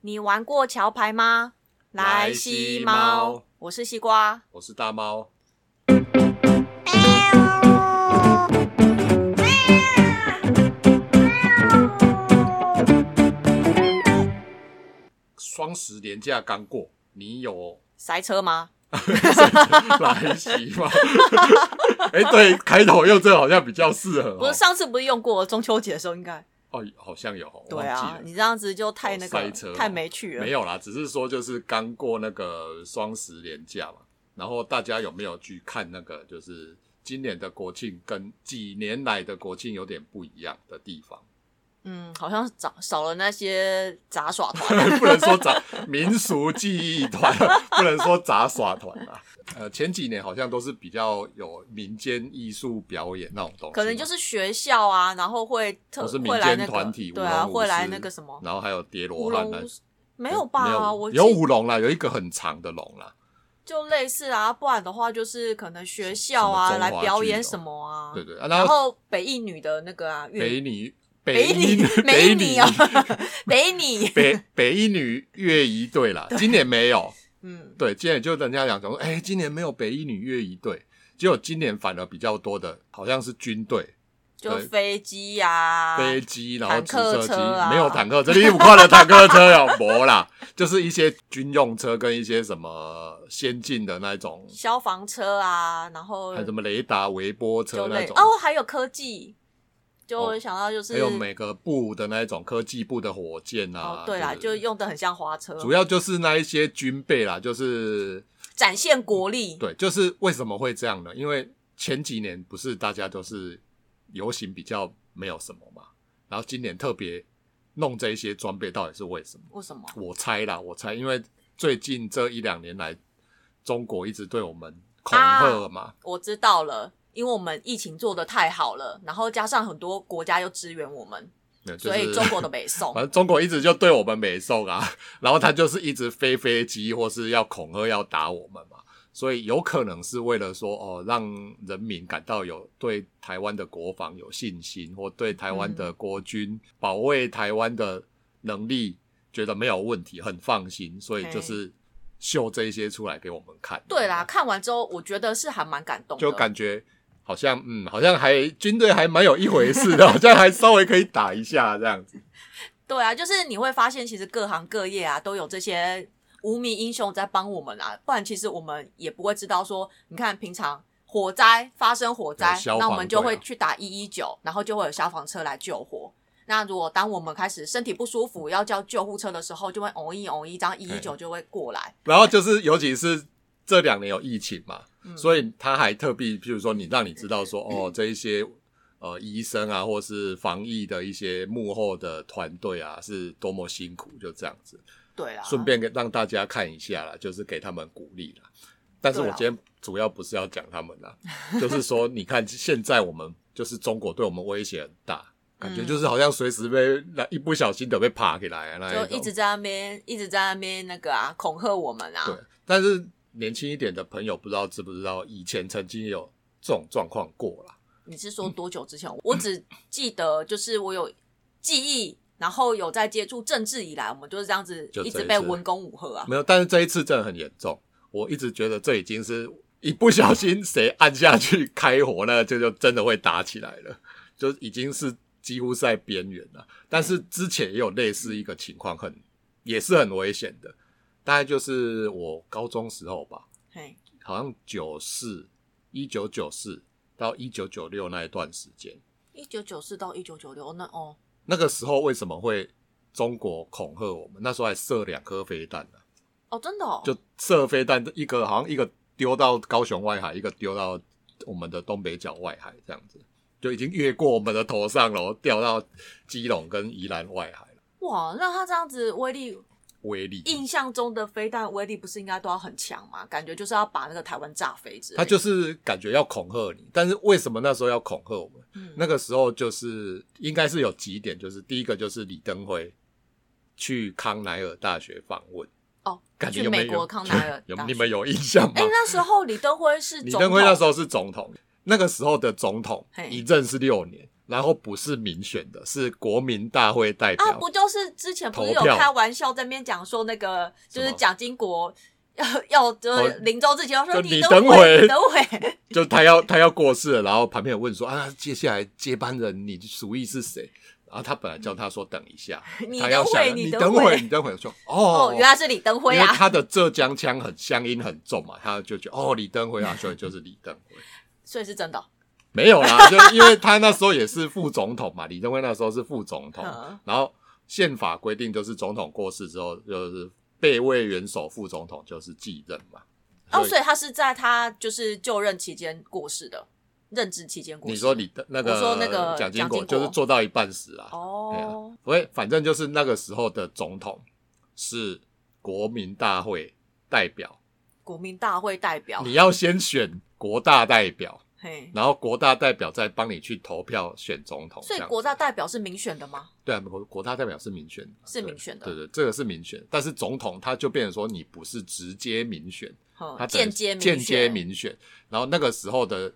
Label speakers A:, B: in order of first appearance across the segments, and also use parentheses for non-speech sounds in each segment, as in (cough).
A: 你玩过桥牌吗？来
B: 来
A: 西
B: 西
A: 猫
B: 猫，
A: 我是西瓜。
B: 我是大猫。双十连假刚过，你
A: (laughs)
B: 有
A: 塞车吗？
B: 来袭吗？ (laughs) 哎、对，开头用这个好像比较适合、哦。
A: 不是上次不是用过中秋节的时候应该
B: 哦，好像有、哦，
A: 对
B: 忘记
A: 啊
B: 了，
A: 你这样子就太那
B: 哦
A: 个
B: 塞车哦
A: 太没趣了。
B: 没有啦，只是说就是刚过那个双十连假嘛，然后大家有没有去看那个就是今年的国庆跟几年来的国庆有点不一样的地方？ (laughs)
A: 嗯，好像少少了那些杂耍
B: (laughs)
A: 团。
B: 不能说杂民俗记忆团，不能说杂耍团啊。呃，前几年好像都是比较有民间艺术表演那种东西嘛，
A: 可能就是学校啊，然后会特
B: 我哦是民
A: 会来那
B: 间
A: 个
B: 团体，
A: 对
B: 舞
A: 啊，
B: 龙舞
A: 会来
B: 狮
A: 那个什么
B: 然后还有叠罗
A: 舞
B: 汉
A: 龙
B: 呢
A: 舞，狮，没有吧？我
B: 有
A: 记
B: 舞龙啦，有一个很长的龙啦，
A: 就类似啊，不然的话就是可能学校
B: 什
A: 啊
B: 么中
A: 来
B: 华
A: 表
B: 剧
A: 演
B: 哦
A: 什么啊，
B: 对对，啊
A: 然
B: 然后
A: 后北一女的那个啊，
B: 北
A: 乐
B: 女
A: 北
B: 女 (laughs)
A: 女 (laughs) 美
B: 北
A: 女啊，北女，
B: 北 (laughs) 北一女乐仪队啦，今年没有。
A: 嗯，
B: 对，今年就人家讲说，哎、今年没有北一女乐仪队，结果今年反而比较多的，好像是军队、
A: 就
B: 对
A: 飞机呀，
B: 飞机，然后
A: 啊坦
B: 直
A: 克
B: 升机，
A: 车啊 (laughs)
B: 没有坦克车，你五块的坦克车有没啦？就是一些军用车跟一些什么先进的那种，
A: 消防车啊，然后
B: 还有什么雷达微波车
A: 就
B: 那
A: 类
B: 种，
A: 哦，还有科技，就
B: 哦
A: 我想到就是
B: 还有每个部的那种科技部的火箭
A: 哦，
B: 啊，
A: 对啦，
B: 对
A: 就
B: 对
A: 用的很像花车，
B: 主要就是那一些军备啦，就是
A: 展现国力，
B: 嗯对，就是为什么会这样呢？因为前几年不是大家都是游行比较没有什么嘛，然后今年特别弄这一些装备，到底是为什么？
A: 为什么？
B: 我猜啦，我猜，因为最近这一两年来，中国一直对我们恐吓嘛，
A: 我知道了。因为我们疫情做的太好了，然后加上很多国家又支援我们，
B: 对就
A: 所以
B: 是
A: 中国的北宋
B: (laughs) 反正中国一直就对我们美送啊， (laughs) 然后他就是一直飞飞机或是要恐吓要打我们嘛，所以有可能是为了说哦，让人民感到有对台湾的国防有信心，或对台湾的国军保卫台湾的能力觉得没有问题，很放心，所以就是秀这一些出来给我们看。
A: 对啦，，看完之后我觉得是还蛮感动的，
B: 就感觉。好像嗯，好像还军队还蛮有一回事的，好 (laughs) 像还稍微可以打一下这样子。
A: 对啊，就是你会发现，其实各行各业啊都有这些无名英雄在帮我们啊，不然其实我们也不会知道说，你看平常火灾发生火灾
B: 有，消
A: 那
B: 防
A: 我们就
B: 队啊
A: 会去打一一九，然后就会有消防车来救火。那如果当我们开始身体不舒服要叫救护车的时候，就会哦一哦一，这样一一九就会过来。
B: 然后就是，尤其是这两年有疫情嘛，
A: 嗯
B: 所以他还特地，譬如说你让你知道说，哦，这一些呃医生啊，或是防疫的一些幕后的团队啊，是多么辛苦，就这样子，
A: 对啊啦，
B: 顺便给让大家看一下啦，就是给他们鼓励啦。但是我
A: 对啊
B: 今天主要不是要讲他们啦， (laughs) 就是说，你看现在我们就是中国对我们威胁很大，感觉
A: 嗯
B: 就是好像随时被那一不小心的被爬起来啊，那
A: 就
B: 种
A: 一直在那边一直在那边那个啊恐吓我们啊。
B: 对，但是年轻一点的朋友不知道知不知道，以前曾经有这种状况过啦。
A: 你是
B: 嗯
A: 说多久之前？我只记得就是我有记忆，然后有在接触政治以来，我们就是这样子
B: 就这一次
A: 直被文攻武吓啊。
B: 哦没有，但是这一次真的很严重。我一直觉得这已经是一不小心谁按下去开火，那这就真的会打起来了，就已经是几乎是在边缘了。但是之前也有类似一个情况，很也是很危险的，大概就是我高中时候吧，
A: 嘿，
B: 好像九四一九九四到一九九六那一段时间。
A: 一九九四到一九九六，那哦，
B: 那个时候为什么会中国恐吓我们？那时候还射两颗飞弹呢、
A: 哦，真的哦，
B: 就射飞弹，一个好像一个丢到高雄外海，一个丢到我们的东北角外海，这样子就已经越过我们的头上了，掉到基隆跟宜兰外海了，
A: 哇，那他这样子威力，
B: 威力。
A: 印象中的飞弹威力不是应该都要很强吗？感觉就是要把那个台湾炸飞之类的。
B: 他就是感觉要恐吓你，但是为什么那时候要恐吓我们？
A: 嗯
B: 那个时候就是应该是有几点，就是第一个就是李登辉去康乃尔大学访问，
A: 哦，
B: 感觉
A: 去
B: 有没
A: 美
B: 有
A: 国
B: (laughs)
A: 康奈尔
B: 有
A: 大
B: 你
A: 学
B: 们有印象吗？
A: 哎，那时候李登辉是
B: 李
A: 总
B: 登辉那
A: 统
B: 时候是总统，那个时候的总统
A: 嘿
B: 一任是六年，然后不是民选的，是国民大会代表。
A: 啊，不就是之前不是有
B: 投票
A: 开玩笑在那边讲说那个就是
B: 什么
A: 蒋经国要要就是
B: 哦
A: 临终之前要说
B: 就
A: 你
B: 你
A: 等
B: 等
A: 会，
B: 会
A: 你等
B: (laughs)
A: 会，
B: 就他要他要过世了，然后旁边有问说啊，接下来接班人你主意是谁？然后他本来叫他说等一下，
A: 你
B: 他要
A: 等会
B: 想
A: 你
B: 你
A: 等
B: 等
A: 会
B: 会，你等会，
A: (laughs)
B: 我说哦，
A: 哦，原来是李登辉
B: 因为
A: 啊。
B: 他的浙江腔很乡音很重嘛，他就觉得哦，李登辉啊，所以就是李登辉。
A: 所以是真的哦、
B: 没有啦，就是因为他那时候也是副总统嘛，李登辉那时候是副总统
A: 嗯，
B: 然后宪法规定就是总统过世之后，就是备位元首副总统就是继任嘛。
A: 哦，所以他是在他就是就任期间过世的，任职期间过世。
B: 你说李登那个
A: 我说那个
B: 蒋经
A: 蒋
B: 国
A: 经国
B: 就是做到一半死啊，对
A: 哦
B: 啊，所以反正就是那个时候的总统是国民大会代表，
A: 国民大会代表，
B: 你要先选国大代表，
A: 嘿，
B: 然后国大代表再帮你去投票选总统。
A: 所以
B: 这样
A: 国大代表是民选的吗？
B: 对啊，国国大代表是民选的，
A: 是
B: 对
A: 民选的
B: 对对，这个是民选，但是总统他就变成说你不是直接民选，
A: 嗯
B: 他等于
A: 间接
B: 间接
A: 民选，
B: 民选。然后那个时候的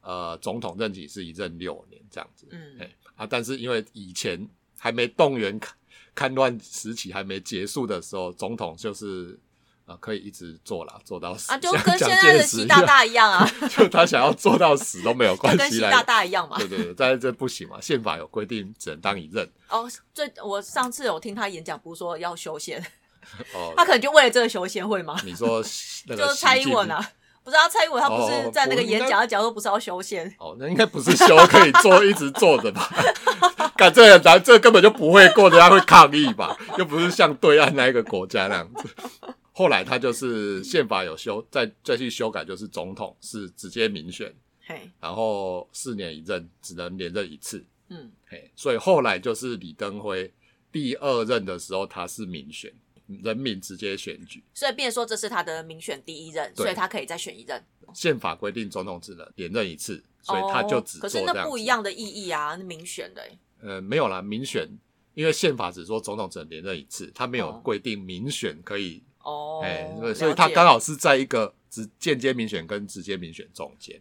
B: 呃总统任期是一任六年这样子，
A: 嗯
B: 哎啊，但是因为以前还没动员戡戡乱时期还没结束的时候，总统就是。啊，可以一直做啦，做到死
A: 啊，就
B: 像
A: 跟现
B: 蒋
A: 在的
B: 介石
A: 习
B: 一
A: 大
B: 样
A: 大一样
B: (laughs)
A: 啊，
B: 就他想要做到死都没有关
A: (laughs) 就跟
B: 系
A: 习
B: 啦。
A: 大大一样嘛。
B: 对对对，但是这不行嘛，宪法有规定只能当一任
A: 哦，最我上次有听他演讲，不是说要修宪，(laughs)
B: 哦。
A: 他可能就为了这个修宪会吗？
B: 你说那个
A: 就是蔡英文
B: 啊？
A: 啊，不是啊，蔡英文他不
B: 哦
A: 是
B: 哦
A: 在那个
B: 不
A: 演
B: 应该
A: 讲，他讲说不是要修宪，
B: 哦，那应该不是修可以做一直做的吧？ (laughs) 干这个咱这根本就不会过，人家会抗议吧？又不是像对岸那一个国家那样子。后来他就是宪法有修，再再去修改，就是总统是直接民选，
A: 嘿，
B: 然后四年一任，只能连任一次。
A: 嗯，
B: 嘿，所以后来就是李登辉第二任的时候，他是民选，人民直接选举。
A: 所以变成说这是他的民选第一任，
B: 对
A: 所以他可以再选一任。
B: 宪法规定总统只能连任一次，所以他就只
A: 哦、
B: 做
A: 可
B: 这
A: 是
B: 样子。
A: 那不一样的意义啊，那民选的欸、
B: 呃，没有啦，民选，因为宪法只说总统只能连任一次，他没有
A: 哦
B: 规定民选可以，
A: 哦，
B: 哎、
A: 了
B: 对所以他
A: 解
B: 刚，好是在一个直间接民选跟直接民选中间，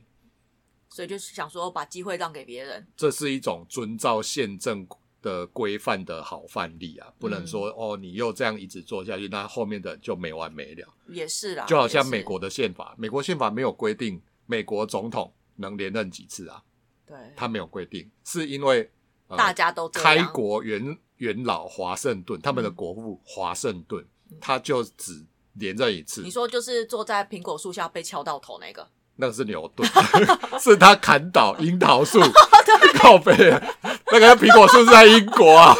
A: 所以就是想说把机会让给别人，
B: 这是一种遵照宪政的规范的好范例啊，不能
A: 嗯
B: 说、哦你又这样一直做下去，那后面的就没完没了。
A: 也是啦，
B: 就好像
A: 啊也是
B: 美国的宪法，美国宪法没有规定美国总统能连任几次啊，
A: 对，
B: 他没有规定，是因为、呃
A: 大家都这
B: 开
A: 样
B: 国元元老华盛顿，他们的
A: 嗯
B: 国父华盛顿，他就只连任一次
A: 你。说就是坐在苹果树下被敲到头那个，
B: 那个是牛顿， (laughs) 是他砍倒樱
A: (laughs)
B: 桃树，靠背啊，那个苹果树是在英国
A: (laughs)
B: 啊。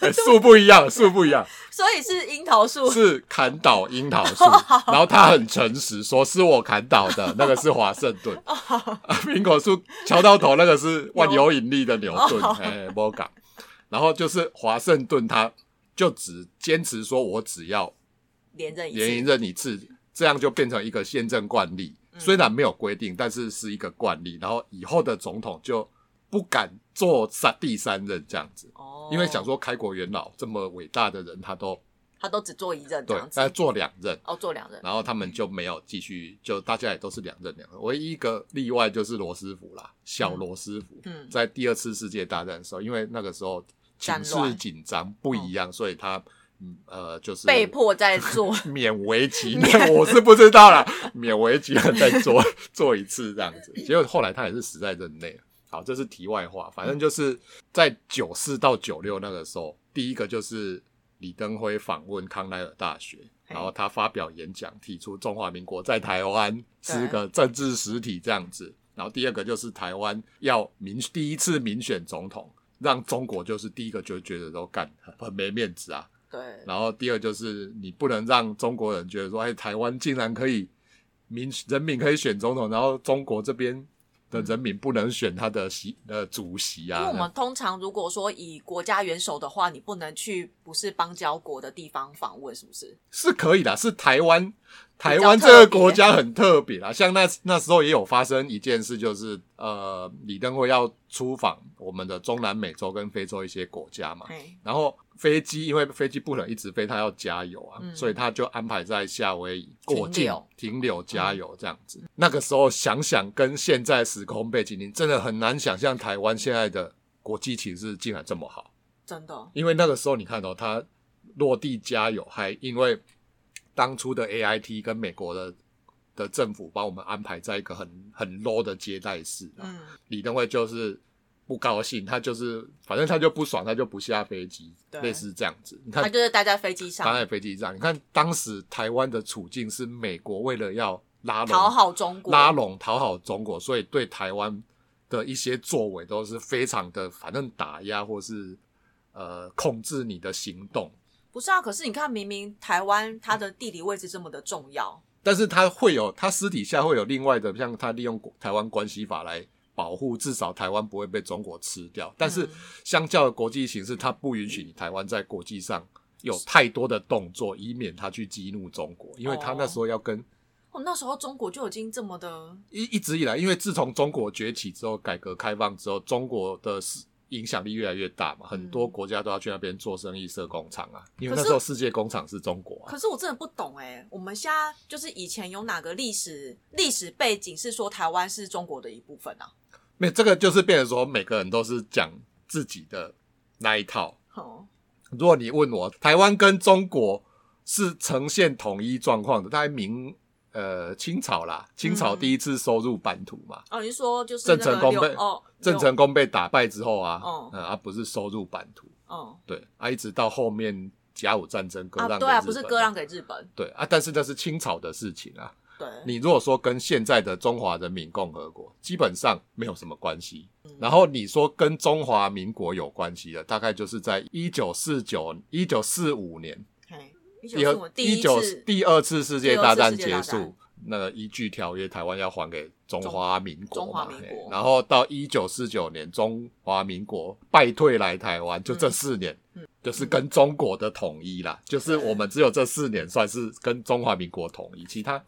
B: 哎树不一样，树不一样，
A: 所以是樱桃树，
B: 是砍倒樱桃树，然后他很诚实说是我砍倒的，那个是华盛顿，啊 (laughs) 苹果树敲到头那个是万有引力的牛顿，哎，莫港，然后就是华盛顿他就只坚持说我只要
A: 连任一
B: 连
A: 次，
B: 赢任一次，这样就变成一个宪政惯例，虽然没有规定，但是是一个惯例，然后以后的总统就不敢做三第三任这样子。
A: 哦，
B: 因为想说开国元老这么伟大的人，他都
A: 他都只做一任这
B: 对
A: 样，子，
B: 他做两任，
A: 哦，做两任，
B: 然后他们就没有继续，就大家也都是两任两任。唯一一个例外就是罗斯福啦，小罗斯福，
A: 嗯
B: 在第二次世界大战的时候，因为那个时候情
A: 战
B: 势
A: 乱
B: 紧张不一样，所以他嗯呃就是
A: 被迫在做，
B: (laughs) 勉为其难，我是不知道啦，勉为其难再做做一次这样子。结果后来他也是死在任内。好，这是题外话，反正就是在九四到九六那个时候，第一个就是李登辉访问康奈尔大学，
A: 嘿
B: 然后他发表演讲，提出中华民国在台湾是个政治实体这样子。然后第二个就是台湾要民第一次民选总统，让中国就是第一个就觉得都干很很没面子啊，
A: 对，
B: 然后第二就是你不能让中国人觉得说，哎，台湾竟然可以民人民可以选总统，然后中国这边的人民不能选他的席呃主席
A: 因为
B: 啊
A: 我。们通常如果说以国家元首的话，你不能去不是邦交国的地方访问，是不是？
B: 啊是可以的，是台湾台湾这个国家很特别啦，像那那时候也有发生一件事，就是呃，李登辉要出访我们的中南美洲跟非洲一些国家嘛，
A: 哎，
B: 然后飞机因为飞机不能一直飞，它要加油啊，
A: 嗯
B: 所以他就安排在夏威夷过
A: 停
B: 境
A: 留
B: 停留加油这样子。那个时候想想跟现在时空背景，你真的很难想象台湾现在的国际情势竟然这么好。
A: 真的，
B: 因为那个时候你看哦，它落地加油，还因为当初的 AIT 跟美国的的政府把我们安排在一个很很 low 的接待室、啊，
A: 嗯，
B: 李登辉就是不高兴，他就是反正他就不爽，他就不下飞机，
A: 对
B: 类似这样子。你
A: 他
B: 看，
A: 就是待在飞机
B: 他
A: 上
B: 在飞机上，你看当时台湾的处境是美国为了要拉拢
A: 讨好中国，
B: 拉拢讨好中国，所以对台湾的一些作为都是非常的，反正打压或是呃控制你的行动。
A: 不是啊？可是你看，明明台湾它的地理位置这么的重要，
B: 但是他会有，他私底下会有另外的，像他利用国台湾关系法来保护，至少台湾不会被中国吃掉。但是
A: 嗯
B: 相较的国际形势，他不允许你台湾在国际上有太多的动作，以免他去激怒中国，因为他那时候要跟。
A: 哦，那时候中国就已经这么的，
B: 一一直以来，因为自从中国崛起之后，改革开放之后，中国的势影响力越来越大嘛，很多国家都要去那边做生意、设工厂啊。因为那时候世界工厂是中国啊，
A: 可是我真的不懂哎、我们现在就是以前有哪个历史历史背景是说台湾是中国的一部分啊？
B: 没这个就是变成说每个人都是讲自己的那一套。
A: 哦，
B: 如果你问我，台湾跟中国是呈现统一状况的，大概明呃清朝啦，清朝
A: 嗯
B: 第一次收入版图嘛，
A: 哦，你是说就是
B: 郑
A: 那
B: 成
A: 个
B: 功
A: 六
B: 被
A: 哦，
B: 郑
A: 六
B: 成功被打败之后啊，
A: 哦
B: 嗯，啊不是收入版图。
A: 哦
B: 对啊，一直到后面甲午战争割让、
A: 啊，对啊，不是割让，给日本，
B: 对啊，但是那是清朝的事情啊。
A: 对，
B: 你如果说跟现在的中华人民共和国基本上没有什么关系，
A: 嗯
B: 然后你说跟中华民国有关系的，大概就是在一九四九一九四五年，
A: 嘿，一九
B: 第二
A: 四第一
B: 九
A: 次
B: 第二次世界大战
A: 第
B: 结
A: 二次世界大
B: 束
A: 战，
B: 那个依据条约，台湾要还给中华民
A: 中
B: 国嘛。
A: 中华民国
B: 嘿然后到一九四九年，中华民国败退来台湾，就
A: 嗯
B: 这四年，就是跟中国的统一啦。就是我们只有这四年算是跟中华民国统一，其他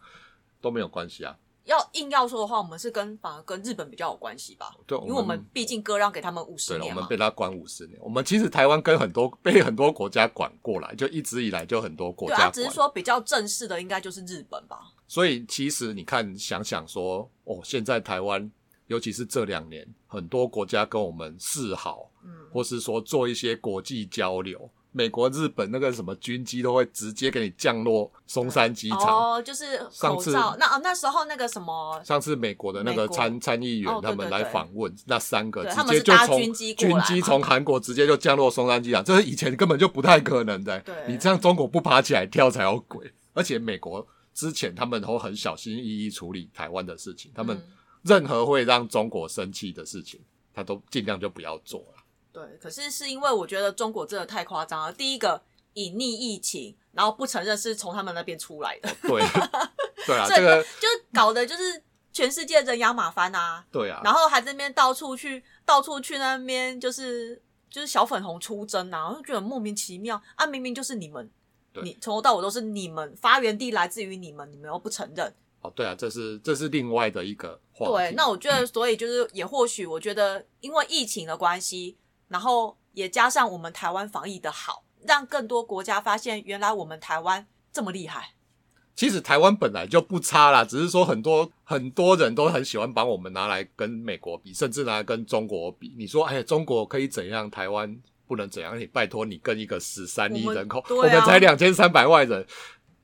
B: 都没有关系啊。
A: 要硬要说的话，我们是跟反而跟日本比较有关系吧，
B: 对，
A: 因为我们毕竟割让给他们五
B: 对
A: 十
B: 了，我
A: 年
B: 们
A: 嘛
B: 被。他管五十年。我们其实台湾跟很多被很多国家管过来，就一直以来就很多国
A: 对
B: 家
A: 啊，
B: 管。
A: 只是说比较正式的应该就是日本吧。
B: 所以其实你看，想想说，哦，现在台湾，尤其是这两年，很多国家跟我们示好，
A: 嗯，
B: 或是说做一些国际交流。美国、日本那个什么军机都会直接给你降落松山机场。
A: 哦，就是
B: 上
A: 口
B: 次
A: 罩。那啊，那时候那个什么，
B: 上次美国的那个
A: 美国
B: 参参议员
A: 哦对
B: 他们
A: 对
B: 来
A: 对
B: 访问，那三个
A: 对
B: 直
A: 他们
B: 接
A: 是
B: 就
A: 搭
B: 从
A: 军机过来
B: 机
A: 嘛
B: 从韩国直接就降落松山机场，这是以前根本就不太可能的。
A: 对
B: 你这样中国不爬起来跳才有鬼。而且美国之前他们都很小心翼翼处理台湾的事情，他们
A: 嗯
B: 任何会让中国生气的事情，他都尽量就不要做
A: (laughs)
B: 了。
A: 对，可是是因为我觉得中国真的太夸张了。第一个隐匿疫情，然后不承认是从他们那边出来的，
B: 对，对啊，
A: 所以
B: 这个
A: 就是搞的就是全世界人仰马翻啊，
B: 对啊，
A: 然后还在那边到处去到处去那边就是就是小粉红出征啊，我就觉得莫名其妙啊，明明就是你们。
B: 对
A: 你从头到尾都是你们发源地来自于你们，你们又不承认。
B: 哦，对啊，这是这是另外的一个话
A: 对，
B: 题。
A: 那我觉得，所以就是也或许，我觉得因为疫情的关系，然后也加上我们台湾防疫的好，让更多国家发现原来我们台湾这么厉害。
B: 其实台湾本来就不差啦，只是说很多很多人都很喜欢把我们拿来跟美国比，甚至拿来跟中国比。你说，哎，中国可以怎样，台湾不能怎样？你拜托你跟一个十三亿
A: 我们
B: 人口，
A: 对啊
B: 我们才两千三百万人，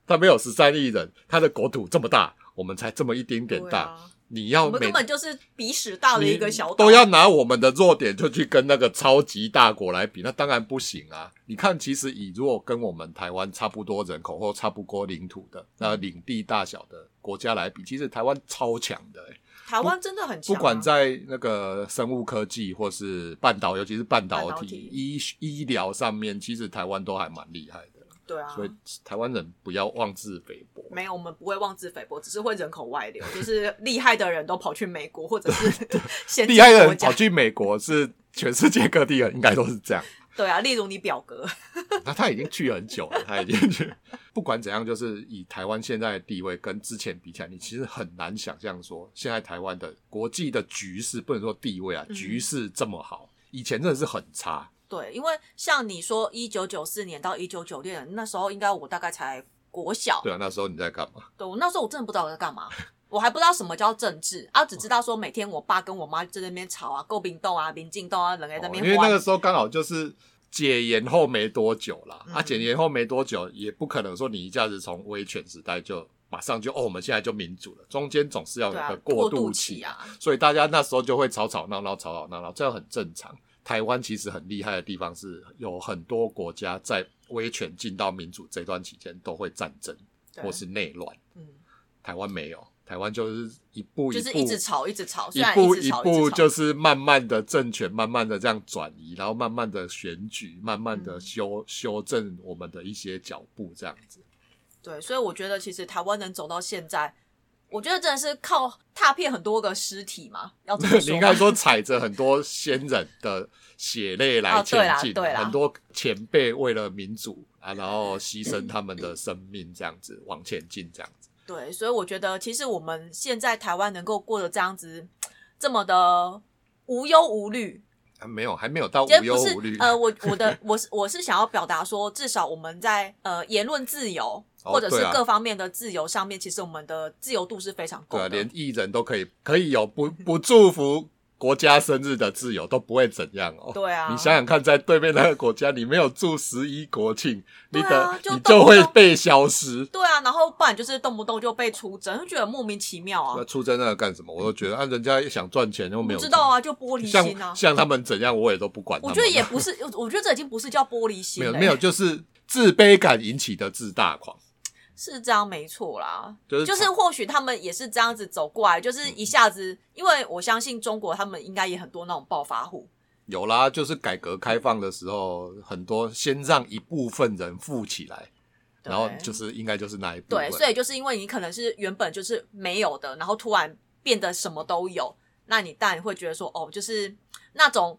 B: 他没有十三亿人，他的国土这么大，我们才这么一丁点
A: 对
B: 大，
A: 啊
B: 你要
A: 我们
B: 每
A: 根本就是鼻屎大的
B: 你
A: 一个小岛，
B: 都要拿我们的弱点就去跟那个超级大国来比，那当然不行啊！你看，其实以如果跟我们台湾差不多人口或差不多领土
A: 嗯
B: 的那领地大小的国家来比，其实台湾超强的、欸，
A: 台湾真的很强、
B: 不
A: 啊。
B: 管在那个生物科技或是半导，尤其是半导体
A: 半导体
B: 医医疗上面，其实台湾都还蛮厉害的。
A: 对啊，
B: 所以台湾人不要妄自菲薄。
A: 没有，我们不会妄自菲薄，只是会人口外
B: (laughs)
A: 流，就是厉害的人都跑去美国或者是 (laughs) 先进
B: 厉害的
A: 国
B: 人
A: 家
B: 跑去美国是全世界各地的，应该都是这样。
A: 对啊，例如你表哥，
B: 那他已经去很久了，他已经去。不管怎样，就是以台湾现在的地位跟之前比起来，你其实很难想象说现在台湾的国际的局势，不能说地位啊，
A: 嗯
B: 局势这么好，以前真的是很差。
A: 对，因为像你说一九九四年到一九九六年那时候，应该我大概才国小，
B: 对啊，那时候你在干嘛？
A: 对我那时候我真的不知道我在干嘛， (laughs) 我还不知道什么叫政治，啊，只知道说每天我爸跟我妈在那边吵啊，诟病斗啊，民进斗啊，人在那
B: 哦
A: 边
B: 因为那
A: 欢
B: 个时候刚好就是解严后没多久啦，
A: 嗯
B: 啊，解严后没多久，也不可能说你一下子从威权时代就马上就哦，我们现在就民主了，中间总是要有
A: 对
B: 一
A: 啊
B: 个，
A: 过
B: 渡
A: 期
B: 期，
A: 啊，
B: 所以大家那时候就会吵吵闹闹，吵吵闹闹，这样很正常。台湾其实很厉害的地方是有很多国家在威权进到民主这段期间都会战争
A: 啊对
B: 或是内乱，
A: 嗯，
B: 台湾没有，台湾就是一步一
A: 就
B: 步
A: 是一直吵，一直吵，虽
B: 一
A: 然
B: 步
A: 直
B: 一
A: 吵，
B: 步
A: 直吵
B: 就是慢慢的政权，慢慢的这样转移，然后慢慢的选举，慢慢的
A: 嗯
B: 修、修正我们的一些脚步，这样子。
A: 对，所以我觉得其实台湾能走到现在，我觉得真的是靠踏遍很多个尸体嘛，要 (laughs) 这
B: (laughs)
A: 么
B: 你
A: 说
B: 应
A: 吗。
B: 该说踩着很多先人的血泪来
A: 哦对
B: 前
A: 啦
B: 进，
A: 对啦
B: 很多前辈为了民主啊，然后牺牲他们的生命，这样子往前进，这样子。
A: 对，所以我觉得其实我们现在台湾能够过得这样子，这么的无忧无虑，
B: 啊、没有，还没有到无
A: 也
B: 忧
A: 不是
B: 无虑。
A: 呃，我我的我是我是想要表达说，至少我们在呃言论自由、
B: 哦
A: 或者
B: 对
A: 是
B: 啊
A: 各方面的自由上面，其实我们的自由度是非常够
B: 对啊，
A: 的。
B: 连艺人都可以，可以有不不祝福国家生日的自由，都不会怎样哦。
A: 对啊
B: 你想想看，在对面那个国家，你没有祝十一国庆，你
A: 对
B: 的、
A: 啊就
B: 你
A: 动
B: 就
A: 不
B: 会
A: 动
B: 被消失。
A: 对啊，然后不然就是动不动就被出征，就觉得莫名其妙啊
B: 那，出征那个干什么？我都觉得，啊，人家想赚钱又没
A: 不
B: 有
A: 知
B: 钱，
A: 道啊，就玻璃心啊
B: 像。像他们怎样，我也都不管他
A: 我
B: 们。啊
A: 觉得也不欸是，我觉得这已经不是叫玻璃心
B: 没
A: 了、
B: 有没有，就是自卑感引起的自大狂。
A: 是这样没错啦。
B: 就是嗯
A: 或许他们也是这样子走过来，就是一下子，因为我相信中国他们应该也很多那种暴发户，
B: 有啦，就是改革开放的时候，很多先让一部分人富起来，
A: 对
B: 然后就是应该就是那一部分。
A: 对，所以就是因为你可能是原本就是没有的，然后突然变得什么都有，那你当然会觉得说，哦，就是那种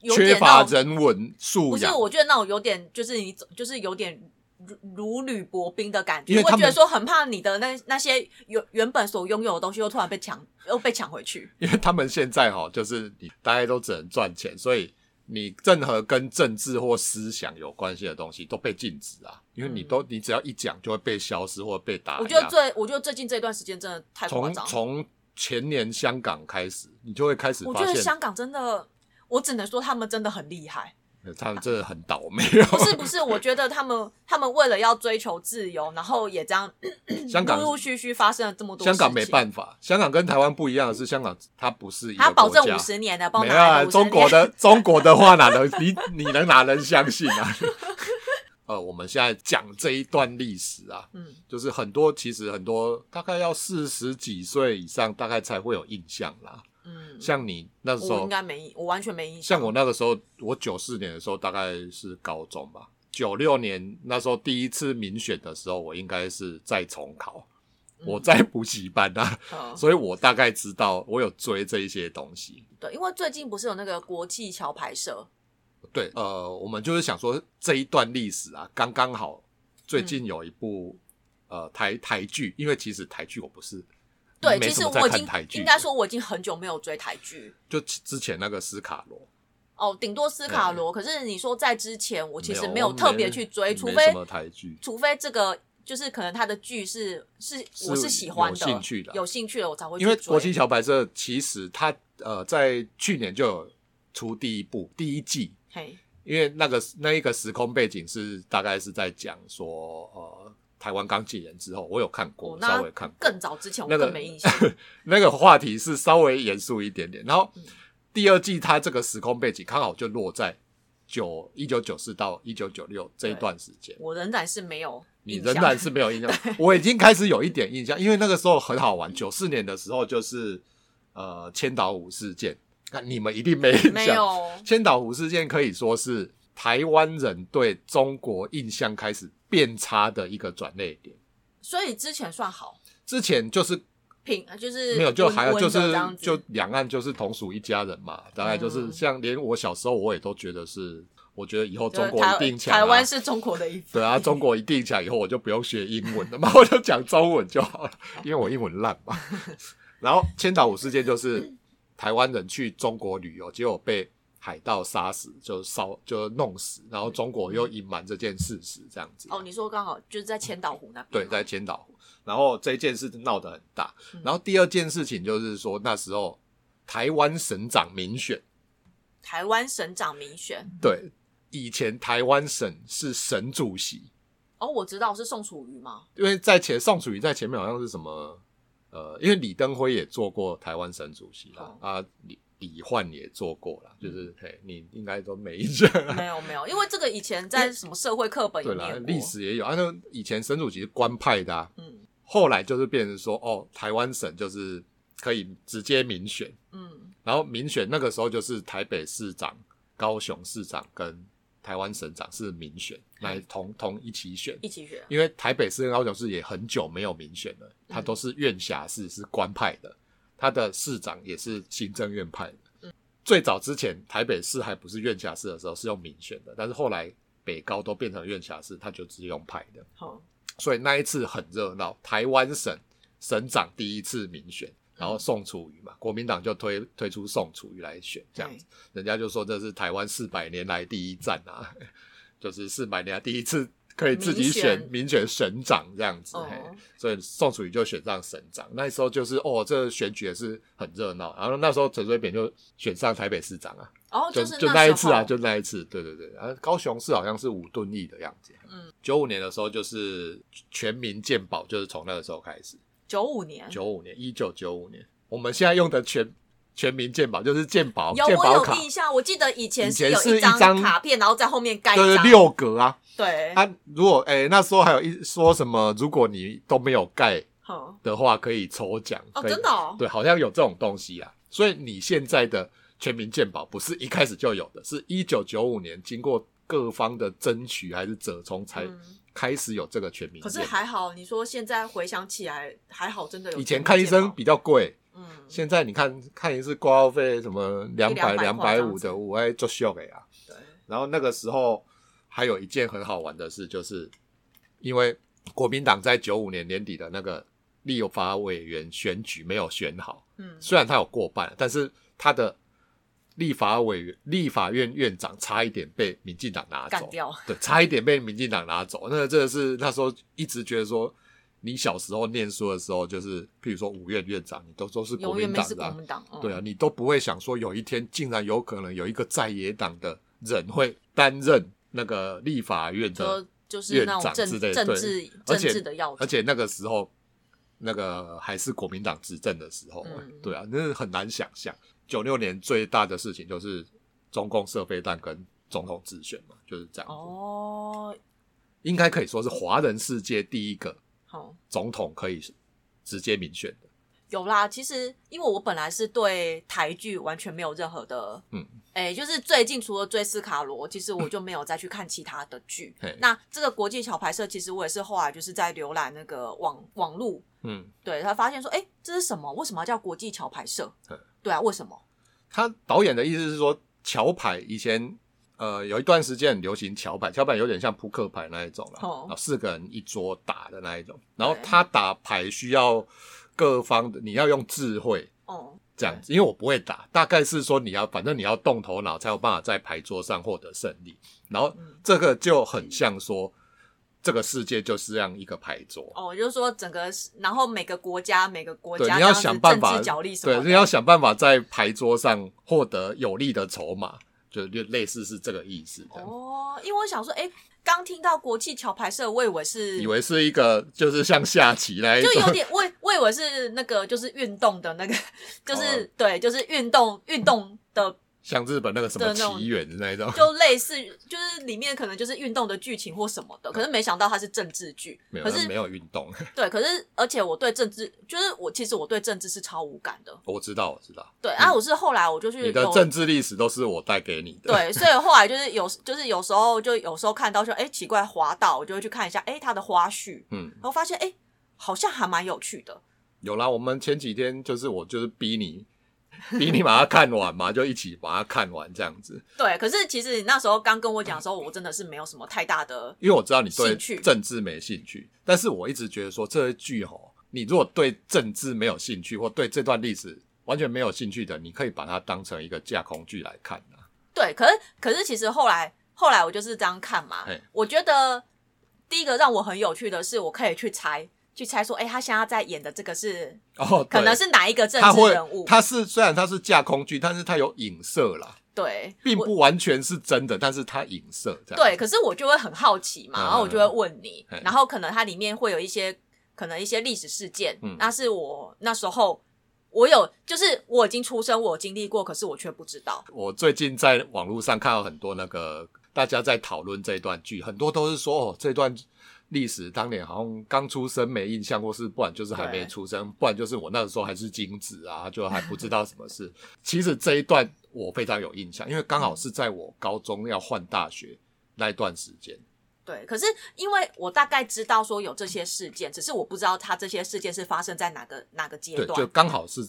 A: 有
B: 缺
A: 点
B: 乏
A: 那种，
B: 人文素
A: 不是，
B: 养。
A: 我觉得那种有点就是你走就是有点。如如履薄冰的感觉，
B: 因为
A: 会
B: 他们
A: 觉得说很怕你的那那些原原本所拥有的东西，又突然被抢，又被抢回去。
B: (laughs) 因为他们现在哈，就是你大家都只能赚钱，所以你任何跟政治或思想有关系的东西都被禁止啊，因为你都、你只要一讲就会被消失或被打压。
A: 嗯我觉得最，我觉得最近这段时间真的太夸
B: 哎从
A: 张了。
B: 从前年香港开始，你就会开始
A: 我
B: 发
A: 觉得
B: 现
A: 香港真的，我只能说他们真的很厉
B: (laughs)
A: 害。
B: 呃他们真的很倒霉、
A: 不
B: 哦。
A: 是不是，我觉得他们他们为了要追求自由，然后也这样
B: 香港
A: 陆陆续续发生了这么多事
B: 香
A: 情。
B: 港没办法，香港跟台湾不一样的是，香港它不是一个
A: 他保证
B: 国家
A: 五十年的，帮我
B: 没
A: 拿
B: 有
A: 来
B: 啊，
A: 50
B: 中国的中国的话哪能你你能哪能相信啊？ (laughs) 呃，我们现在讲这一段历史啊，
A: (laughs) 嗯
B: 就是很多其实很多大概要四十几岁以上，大概才会有印象啦。
A: 嗯，
B: 像你那时
A: 我应
B: 候，
A: 该没，我完全没印象。
B: 像我那个时候，我九四年的时候大概是高中吧，九六年那时候第一次民选的时候，我应该是在重考，
A: 嗯
B: (laughs) 我在补习班啊，
A: 嗯
B: (laughs) 所以我大概知道我有追这一些东西。
A: 对，因为最近不是有那个国际桥牌社，
B: 对，呃，我们就是想说这一段历史啊，刚刚好最
A: 嗯
B: 近有一部、呃台台剧，因为其实台剧我不是
A: 对，
B: 嗯没
A: 其
B: 什
A: 实
B: 么在
A: 我已
B: 看
A: 经
B: 台剧
A: 应该说我已经很久没有追台剧
B: 就之前那个斯卡罗，
A: 哦，顶多斯卡罗。可是你说在之前，我其实
B: 没
A: 没
B: 有
A: 有特别去追，
B: 没
A: 除
B: 没
A: 非
B: 什么台剧，
A: 除非这个就是可能他的剧是是
B: 是
A: 我是喜欢的，
B: 有兴趣的
A: 有兴趣的我才会去
B: 因为
A: 追
B: 国际桥牌社其实它呃在去年就有出第一部第一季，
A: 嘿，
B: 因为那个那一个时空背景是大概是在讲说呃台湾刚解严之后，我有看过，
A: 哦那
B: 稍微看过，
A: 更早之前我
B: 那个
A: 更没印象。
B: 那个话题是稍微严肃一点点。然后
A: 嗯
B: 第二季它这个时空背景刚好就落在九一九九四到一九九六这一段时间，
A: 我仍然是没有
B: (laughs) 你
A: 印
B: 仍
A: 象，
B: 然是没有
A: (laughs)
B: 印象。我已经开始有一点印象，因为那个时候很好玩。九四年的时候就是呃千岛湖事件，那你们一定没印
A: 没
B: 象。
A: 有
B: 千岛湖事件可以说是台湾人对中国印象开始变差的一个转捩点。
A: 所以之前算好，
B: 之前就是
A: 平就是
B: 没有，就还有
A: 温
B: 就
A: 温的
B: 是
A: 这样子
B: 就两岸就是同属一家人嘛，大概就是
A: 嗯
B: 像连我小时候我也都觉得是，我觉得以后
A: 就
B: 中国
A: 台
B: 一定强、啊，
A: 台湾是中国的一
B: 对 (laughs) 啊，中国一定讲以后我就不用学英文了嘛， (laughs) 我就讲中文就好了，因为我英文烂嘛。 (laughs) 然后千岛湖事件就是台湾人去中国旅游，结果被海盗杀死，就烧就弄死，然后中国又隐瞒这件事实，这样子。
A: 哦，你说刚好就是在千岛湖那边
B: 对，
A: 吗，
B: 在千岛湖。然后这件事闹得很大
A: 嗯。
B: 然后第二件事情就是说，那时候台湾省长民选，
A: 台湾省长民选。
B: 对，以前台湾省是省主席，
A: 哦，我知道是宋楚瑜
B: (laughs)
A: 吗？
B: 因为在前宋楚瑜在前面好像是什么呃，因为李登辉也做过台湾省主席啦，啊，李李焕也做过啦，就是嘿，你应该都没印象啊。
A: 没有没有，因为这个以前在什么社会课本
B: (laughs) 对
A: 里
B: 啦
A: 面，
B: 历，史也有，啊，那以前省主席是官派的、啊，
A: 嗯
B: 后来就是变成说，哦，台湾省就是可以直接民选，
A: 嗯
B: 然后民选那个时候就是台北市长、高雄市长跟台湾省长是民选，来同同一起选，
A: 一起学，
B: 因为台北市跟高雄市也很久没有民选了，它都是院辖市，是官派的，它的市长也是行政院派的。最早之前，台北市还不是院辖市的时候是用民选的，但是后来北高都变成院辖市，它就只用派的。
A: 好、
B: 所以那一次很热闹，台湾省省长第一次民选，然后宋楚瑜嘛，国民党就推推出宋楚瑜来选，这样子，人家就说这是台湾四百年来第一站啊， (laughs) 就是四百年来第一次可以自己选民选省长这样子，
A: 哦
B: 嘿所以宋楚瑜就选上省长。那时候就是哦，这选举也是很热闹，然后那时候陈水扁就选上台北市长啊，
A: 然后
B: 就是就
A: 哦那
B: 一
A: 时
B: 次啊，
A: 候
B: 就那一次，对对对。然后高雄市好像是五吨亿的样子。啊
A: 嗯，
B: 九五年的时候就是全民健保，就是从那个时候开始。
A: 九五年，
B: 九五年，一九九五年，我们现在用的全全民健保就是健保
A: 有
B: 健
A: 我
B: 保
A: 有
B: 卡，
A: 印象，我记得以前
B: 以前
A: 有
B: 是一
A: 一张
B: 张
A: 卡片，然后在后面盖一
B: 就是
A: 张，
B: 六格啊。
A: 对，
B: 啊，如果诶、那时候还有一说什么，如果你都没有盖
A: 好、
B: 的话，可以抽奖。
A: 哦，
B: 可以
A: 真的哦，
B: 对，好像有这种东西啊。所以你现在的全民健保不是一开始就有的，是一九九五年经过各方的争取还是折冲才
A: 嗯
B: 开始有这个全民
A: 可
B: 健
A: 是
B: 保。
A: 还好，你说现在回想起来，还好真的有
B: 以前
A: 这个
B: 看医
A: 健保
B: 生，比较贵，
A: 嗯，
B: 现在你看看一次挂号费什么两百、
A: 100
B: 两
A: 块
B: 百
A: 这样
B: 五
A: 子
B: 的，我爱做秀给啊。
A: 对，
B: 然后那个时候还有一件很好玩的事，就是因为国民党在九五年年底的那个立法委员选举没有选好，
A: 嗯，
B: 虽然他有过半，但是他的立法委员、立法院院长差一点被民进党拿
A: 干
B: 走，
A: 掉，
B: 对，差一点被民进党拿走。那个真的是那时候一直觉得说，你小时候念书的时候，就是譬如说五院院长，你都都是国
A: 永远
B: 民
A: 没
B: 党
A: 是
B: 的
A: 国
B: 啊、
A: 民党，嗯
B: 对啊，，你都不会想说有一天竟然有可能有一个在野党的人会担任那个立法院的
A: 说就是那
B: 院
A: 种
B: 长
A: 政
B: 之类的
A: 政
B: 对
A: 治
B: 而
A: 政
B: 且
A: 治的要旨，
B: 而且那个时候，那个还是国民党执政的时候，
A: 嗯
B: 对啊，那很难想象。九六年最大的事情就是中共射飞弹跟总统自选嘛，就是这样子。
A: 哦，
B: 应该可以说是华人世界第一个
A: 好。
B: 总统可以直接民选的。
A: 有啦，其实因为我本来是对台剧完全没有任何的，
B: 嗯，
A: 哎、就是最近除了追斯卡罗，其实我就没有再去看其他的剧
B: 嗯嘿。
A: 那这个国际桥牌社，其实我也是后来就是在浏览那个网网路，
B: 嗯，
A: 对他发现说，哎、这是什么？为什么要叫国际桥牌社
B: 嗯？
A: 对啊，为什么？
B: 他导演的意思是说，桥牌以前呃有一段时间很流行桥牌，桥牌有点像扑克牌那一种啦，
A: 哦
B: 啊四个人一桌打的那一种。然后
A: 对
B: 他打牌需要各方的，你要用智慧。
A: 哦、
B: 这样子，因为我不会打，大概是说你要，反正你要动头脑才有办法在牌桌上获得胜利。然后这个就很像说，这个世界就是这样一个牌桌，
A: 哦，就是说整个，然后每个国家每个国
B: 对，
A: 家这
B: 你
A: 样
B: 要
A: 子
B: 想办
A: 政
B: 法
A: 治角力什么
B: 对，
A: 的，
B: 你要想办法在牌桌上获得有利的筹码，就就类似是这个意思这样。
A: 哦，因为我想说，哎、刚听到国际桥牌社，我以为是
B: 以为是一个就是像下棋那一
A: 就有
B: 种，
A: 点，我以我以为是那个就是运动的那个， (laughs) 就是、
B: 哦
A: 对，就是运动运动的，
B: 像日本那个什么
A: 对那种
B: 棋缘的那一种，
A: 就类似就是里面可能就是运动的剧情或什么的，可是没想到它是政治剧
B: 没，有
A: 可是
B: 没有运动，
A: 对，可是而且我对政治就是我其实我对政治是超无感的，
B: 我知道我知道，
A: 对、啊，我是后来我就去
B: 嗯你的
A: 有
B: 政治历史都是我带给你的，
A: 对，所以后来就是有就是有时候就有时候看到说，哎、奇怪滑道，我就会去看一下，哎、它的花絮，
B: 嗯，
A: 然后发现哎、诶好像还蛮有趣的。
B: 有啦，我们前几天就是我就是逼你，逼你把它看完嘛，就一起把它看完这样子，
A: 对，可是其实你那时候刚跟我讲的时候，我真的是没有什么太大的，
B: 因为我知道你对
A: 兴趣
B: 政治没兴趣，但是我一直觉得说这一句吼，你如果对政治没有兴趣，或对这段历史完全没有兴趣的，你可以把它当成一个架空剧来看啊。
A: 对，可是可是其实后来后来我就是这样看嘛
B: 嘿，
A: 我觉得第一个让我很有趣的是，我可以去猜去猜说，哎、他现在在演的这个是
B: 哦，
A: 可
B: 对
A: 能是哪一个政
B: 他
A: 治
B: 会
A: 人物，？
B: 他是虽然他是架空剧，但是他有影射啦，
A: 对，
B: 并
A: 我
B: 不完全是真的，但是他影射这样。
A: 对，可是我就会很好奇嘛，
B: 嗯
A: 然后我就会问你
B: 嗯，嗯
A: 然后可能它里面会有一些可能一些历史事件
B: 嗯，
A: 那是我那时候我有，就是我已经出生，我有经历过，可是我却不知道。
B: 我最近在网络上看到很多那个大家在讨论这段剧，很多都是说哦，这段历史当年好像刚出生没印象，或是不然就是还没
A: 对
B: 出生，不然就是我那个时候还是精子啊，就还不知道什么事。 (laughs) 其实这一段我非常有印象，因为
A: 嗯
B: 刚好是在我高中要换大学那一段时间。
A: 对，可是因为我大概知道说有这些事件，只是我不知道它这些事件是发生在哪个哪个阶
B: 对，就
A: 段。
B: 刚好是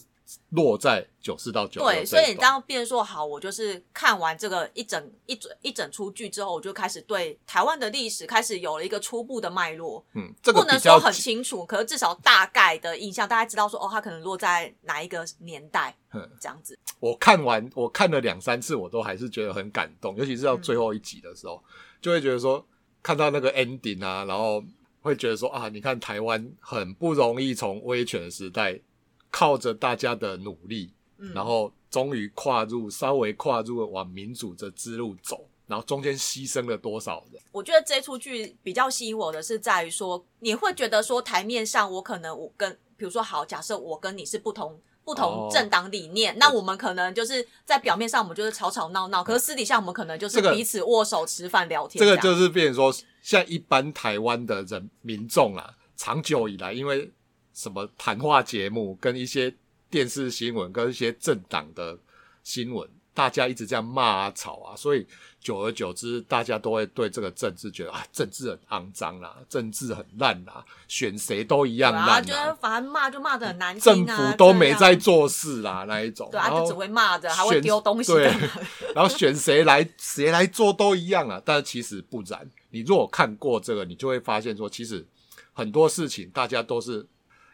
B: 落在九四到九六。
A: 对，所以你当变成说好，我就是看完这个一整一整一整出剧之后，我就开始对台湾的历史开始有了一个初步的脉络。
B: 嗯，这个
A: 不
B: 比
A: 能
B: 较
A: 说很清楚，可是至少大概的印象，大家知道说哦，他可能落在哪一个年代
B: 嗯
A: 这样子。
B: 我看完我看了两三次，我都还是觉得很感动，尤其是到最后一集的时候，就会觉得说看到那个 ending 啊，然后会觉得说啊，你看台湾很不容易从威权时代靠着大家的努力，
A: 嗯
B: 然后终于跨入稍微跨入了往民主的之路走，然后中间牺牲了多少人？
A: 我觉得这出剧比较吸引我的是在于说，你会觉得说台面上我可能我跟，比如说好，假设我跟你是不同。不同
B: 哦
A: 政党理念，那我们可能就是在表面上我们就是吵吵闹闹，可是私底下我们可能就是
B: 这个
A: 彼此握手吃饭聊天
B: 这
A: 样。
B: 个就是变成说，像一般台湾的人民众啊，长久以来因为什么谈话节目、跟一些电视新闻、跟一些政党的新闻，大家一直这样骂啊、吵啊，所以久而久之，大家都会对这个政治觉得啊，政治很肮脏啦、政治很烂啦、选谁都一样
A: 对啊，
B: 烂
A: 就是
B: 啦、
A: 反正骂就骂的很难
B: 政
A: 听啊，
B: 府都没
A: 这
B: 在
A: 样
B: 做事啦、那一种，
A: 对啊，
B: 然
A: 就
B: 后
A: 只会骂的，还会
B: 选
A: 丢东西
B: 对
A: 干嘛的。
B: 然后选谁来谁来做都一样啊，但其实不然。你如果看过这个，你就会发现说，其实很多事情大家都是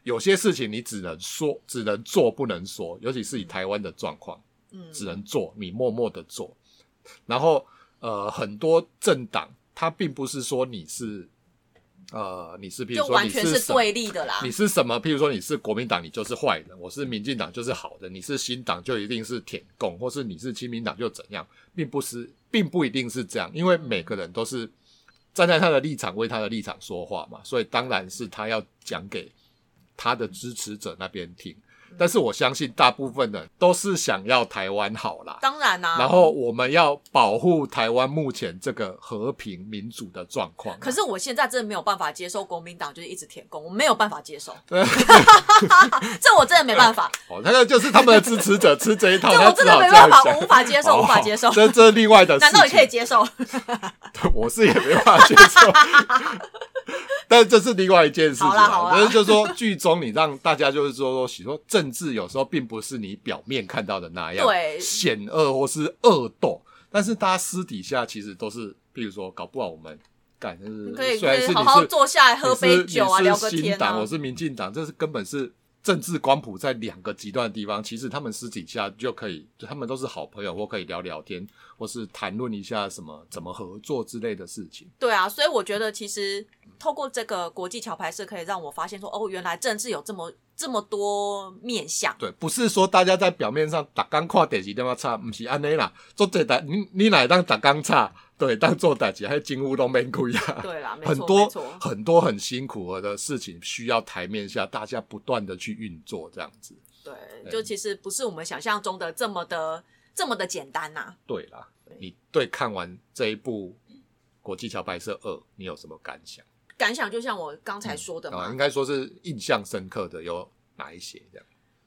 B: 有些事情你只能说，只能做不能说，尤其是以台湾的状况，
A: 嗯，
B: 只能做，你默默的做。然后呃，很多政党它并不是说你是呃你是，比如
A: 就
B: 说
A: 完
B: 你
A: 全
B: 是
A: 是
B: 什
A: 对立的啦。
B: 你是什么？譬如说你是国民党，你就是坏人；我是民进党，就是好人；你是新党，就一定是舔共，或是你是亲民党就怎样，并不是，并不一定是这样，因为每个人都是站在他的立场为他的立场说话嘛，所以当然是他要讲给他的支持者那边听。但是我相信大部分人都是想要台湾好啦，
A: 当然啊啦、
B: 然后我们要保护台湾目前这个和平民主的状况啊。
A: 可是我现在真的没有办法接受国民党就是一直舔共，我没有办法接受，
B: 对。
A: (laughs) 这我真的没办法，
B: 哦，那个就是他们的支
A: (laughs)
B: 持者吃这一套，
A: 这
B: 他
A: 我真
B: 只
A: 的
B: (laughs) 好
A: 没
B: 这样
A: 办法，
B: 讲
A: 我无法接受，无法接受
B: 哦。 (laughs) 这这是哦另外的事
A: 难
B: 情，
A: 道你可以接受？
B: 我是也没办法
A: (laughs)
B: 接受。但这是另外一件事情啊
A: 好啦好啦
B: 但是就是说，剧中你让大家就是说说，许多政治有时候并不是你表面看到的那样，
A: 对
B: 险恶或是恶斗，但是大家私底下其实都是，比如说，搞不好我们干，就
A: 你 (laughs) 可以
B: 是虽
A: 可
B: 然
A: 以
B: 是
A: 好
B: 你
A: 好
B: 是
A: 坐下来喝杯酒啊，
B: 你是
A: 聊
B: 你
A: 个
B: 是新
A: 天
B: 党，
A: 啊
B: 我。是民进党，这是根本是政治光谱在两个极端的地方。其实他们私底下就可以，就他们都是好朋友，或可以聊聊天，或是谈论一下什么怎么合作之类的事情。
A: 对啊，所以我觉得其实透过这个国际桥牌社，可以让我发现说，哦，原来政治有这么这么多面向。
B: 对，不是说大家在表面上打刚跨点击他妈差，不是安内啦，做这代你你哪当打刚差，对，当做代击还金乌龙没亏啊。
A: 对啦，没
B: 很
A: 错没
B: 多
A: 错。
B: 很多很辛苦的事情需要台面下大家不断的去运作，这样子。
A: 对，
B: 嗯
A: 就其实不是我们想象中的这么的这么的简单呐、
B: 对啦，你对看完这一部《国际桥牌社二》，你有什么感想？
A: 感想就像我刚才说的嘛，
B: 啊，应该说是印象深刻的有哪一些？这样，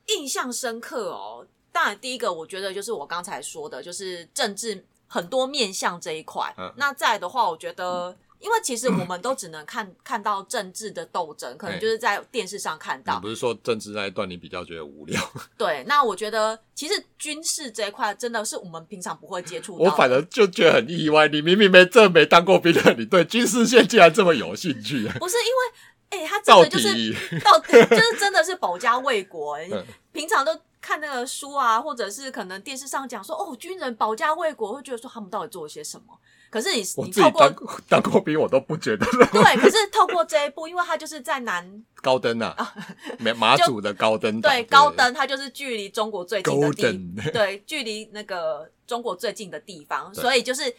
A: 印象深刻哦。当然，第一个我觉得就是我刚才说的，就是政治很多面向这一块。
B: 嗯
A: 那再来的话，我觉得。因为其实我们都只能看 (coughs) 看到政治的斗争，可能
B: 哎
A: 就是在电视上看
B: 你
A: 到。
B: 嗯不是说政治那一段你比较觉得无聊？
A: 对，那我觉得其实军事这一块真的是我们平常不会接
B: (laughs)
A: 触到的。
B: 我反而就觉得很意外，你明明没这没当过兵的，你对军事线竟然这么有兴趣，啊
A: 不是因为，哎、他 (laughs) 真
B: 到
A: 的就是
B: 底？ (laughs)
A: 到 (laughs) 底就是真的是保家卫国、哎
B: 嗯
A: 平常都看那个书啊，或者是可能电视上讲说哦，军人保家卫国，会觉得说他们到底做了些什么。可是你
B: 我
A: 你
B: 自
A: 透
B: 己
A: 过
B: 当当过兵，我都不觉得
A: 对，可是透过这一步，因为他就是在
B: (laughs)
A: 南
B: 高登啊，没马祖的高登岛，
A: 对高登，它就是距离中国最近的地，
B: Golden
A: (laughs) 对，距离那个中国最近的地方，
B: 对
A: 所以就是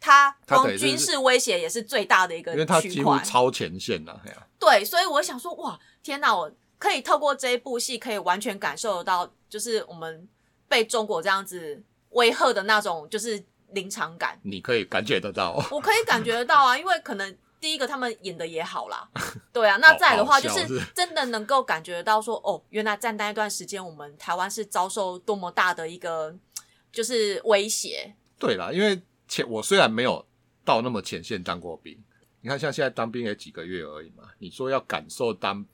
A: 它
B: 它等
A: 光
B: 于就是
A: 军事威胁也是最大的一个
B: 因为他
A: 区
B: 几乎
A: 块。
B: 超前线呐、嘿啊，
A: 对，所以我想说，哇，天哪！我可以透过这一部戏，可以完全感受得到，就是我们被中国这样子威吓的那种，就是临场感。
B: 你可以感觉得到。哦
A: 我可以感觉得到啊，因为可能第一个他们演的也好
B: (laughs)
A: 啦，对啊，那再来的话
B: 好
A: 就
B: 笑
A: 是
B: 是
A: 真的能够感觉到说，哦，原来在那一段时间，我们台湾是遭受多么大的一个就是威胁，
B: 对啦，因为前我虽然没有到那么前线当过兵，你看像现在当兵也几个月而已嘛，你说要感受当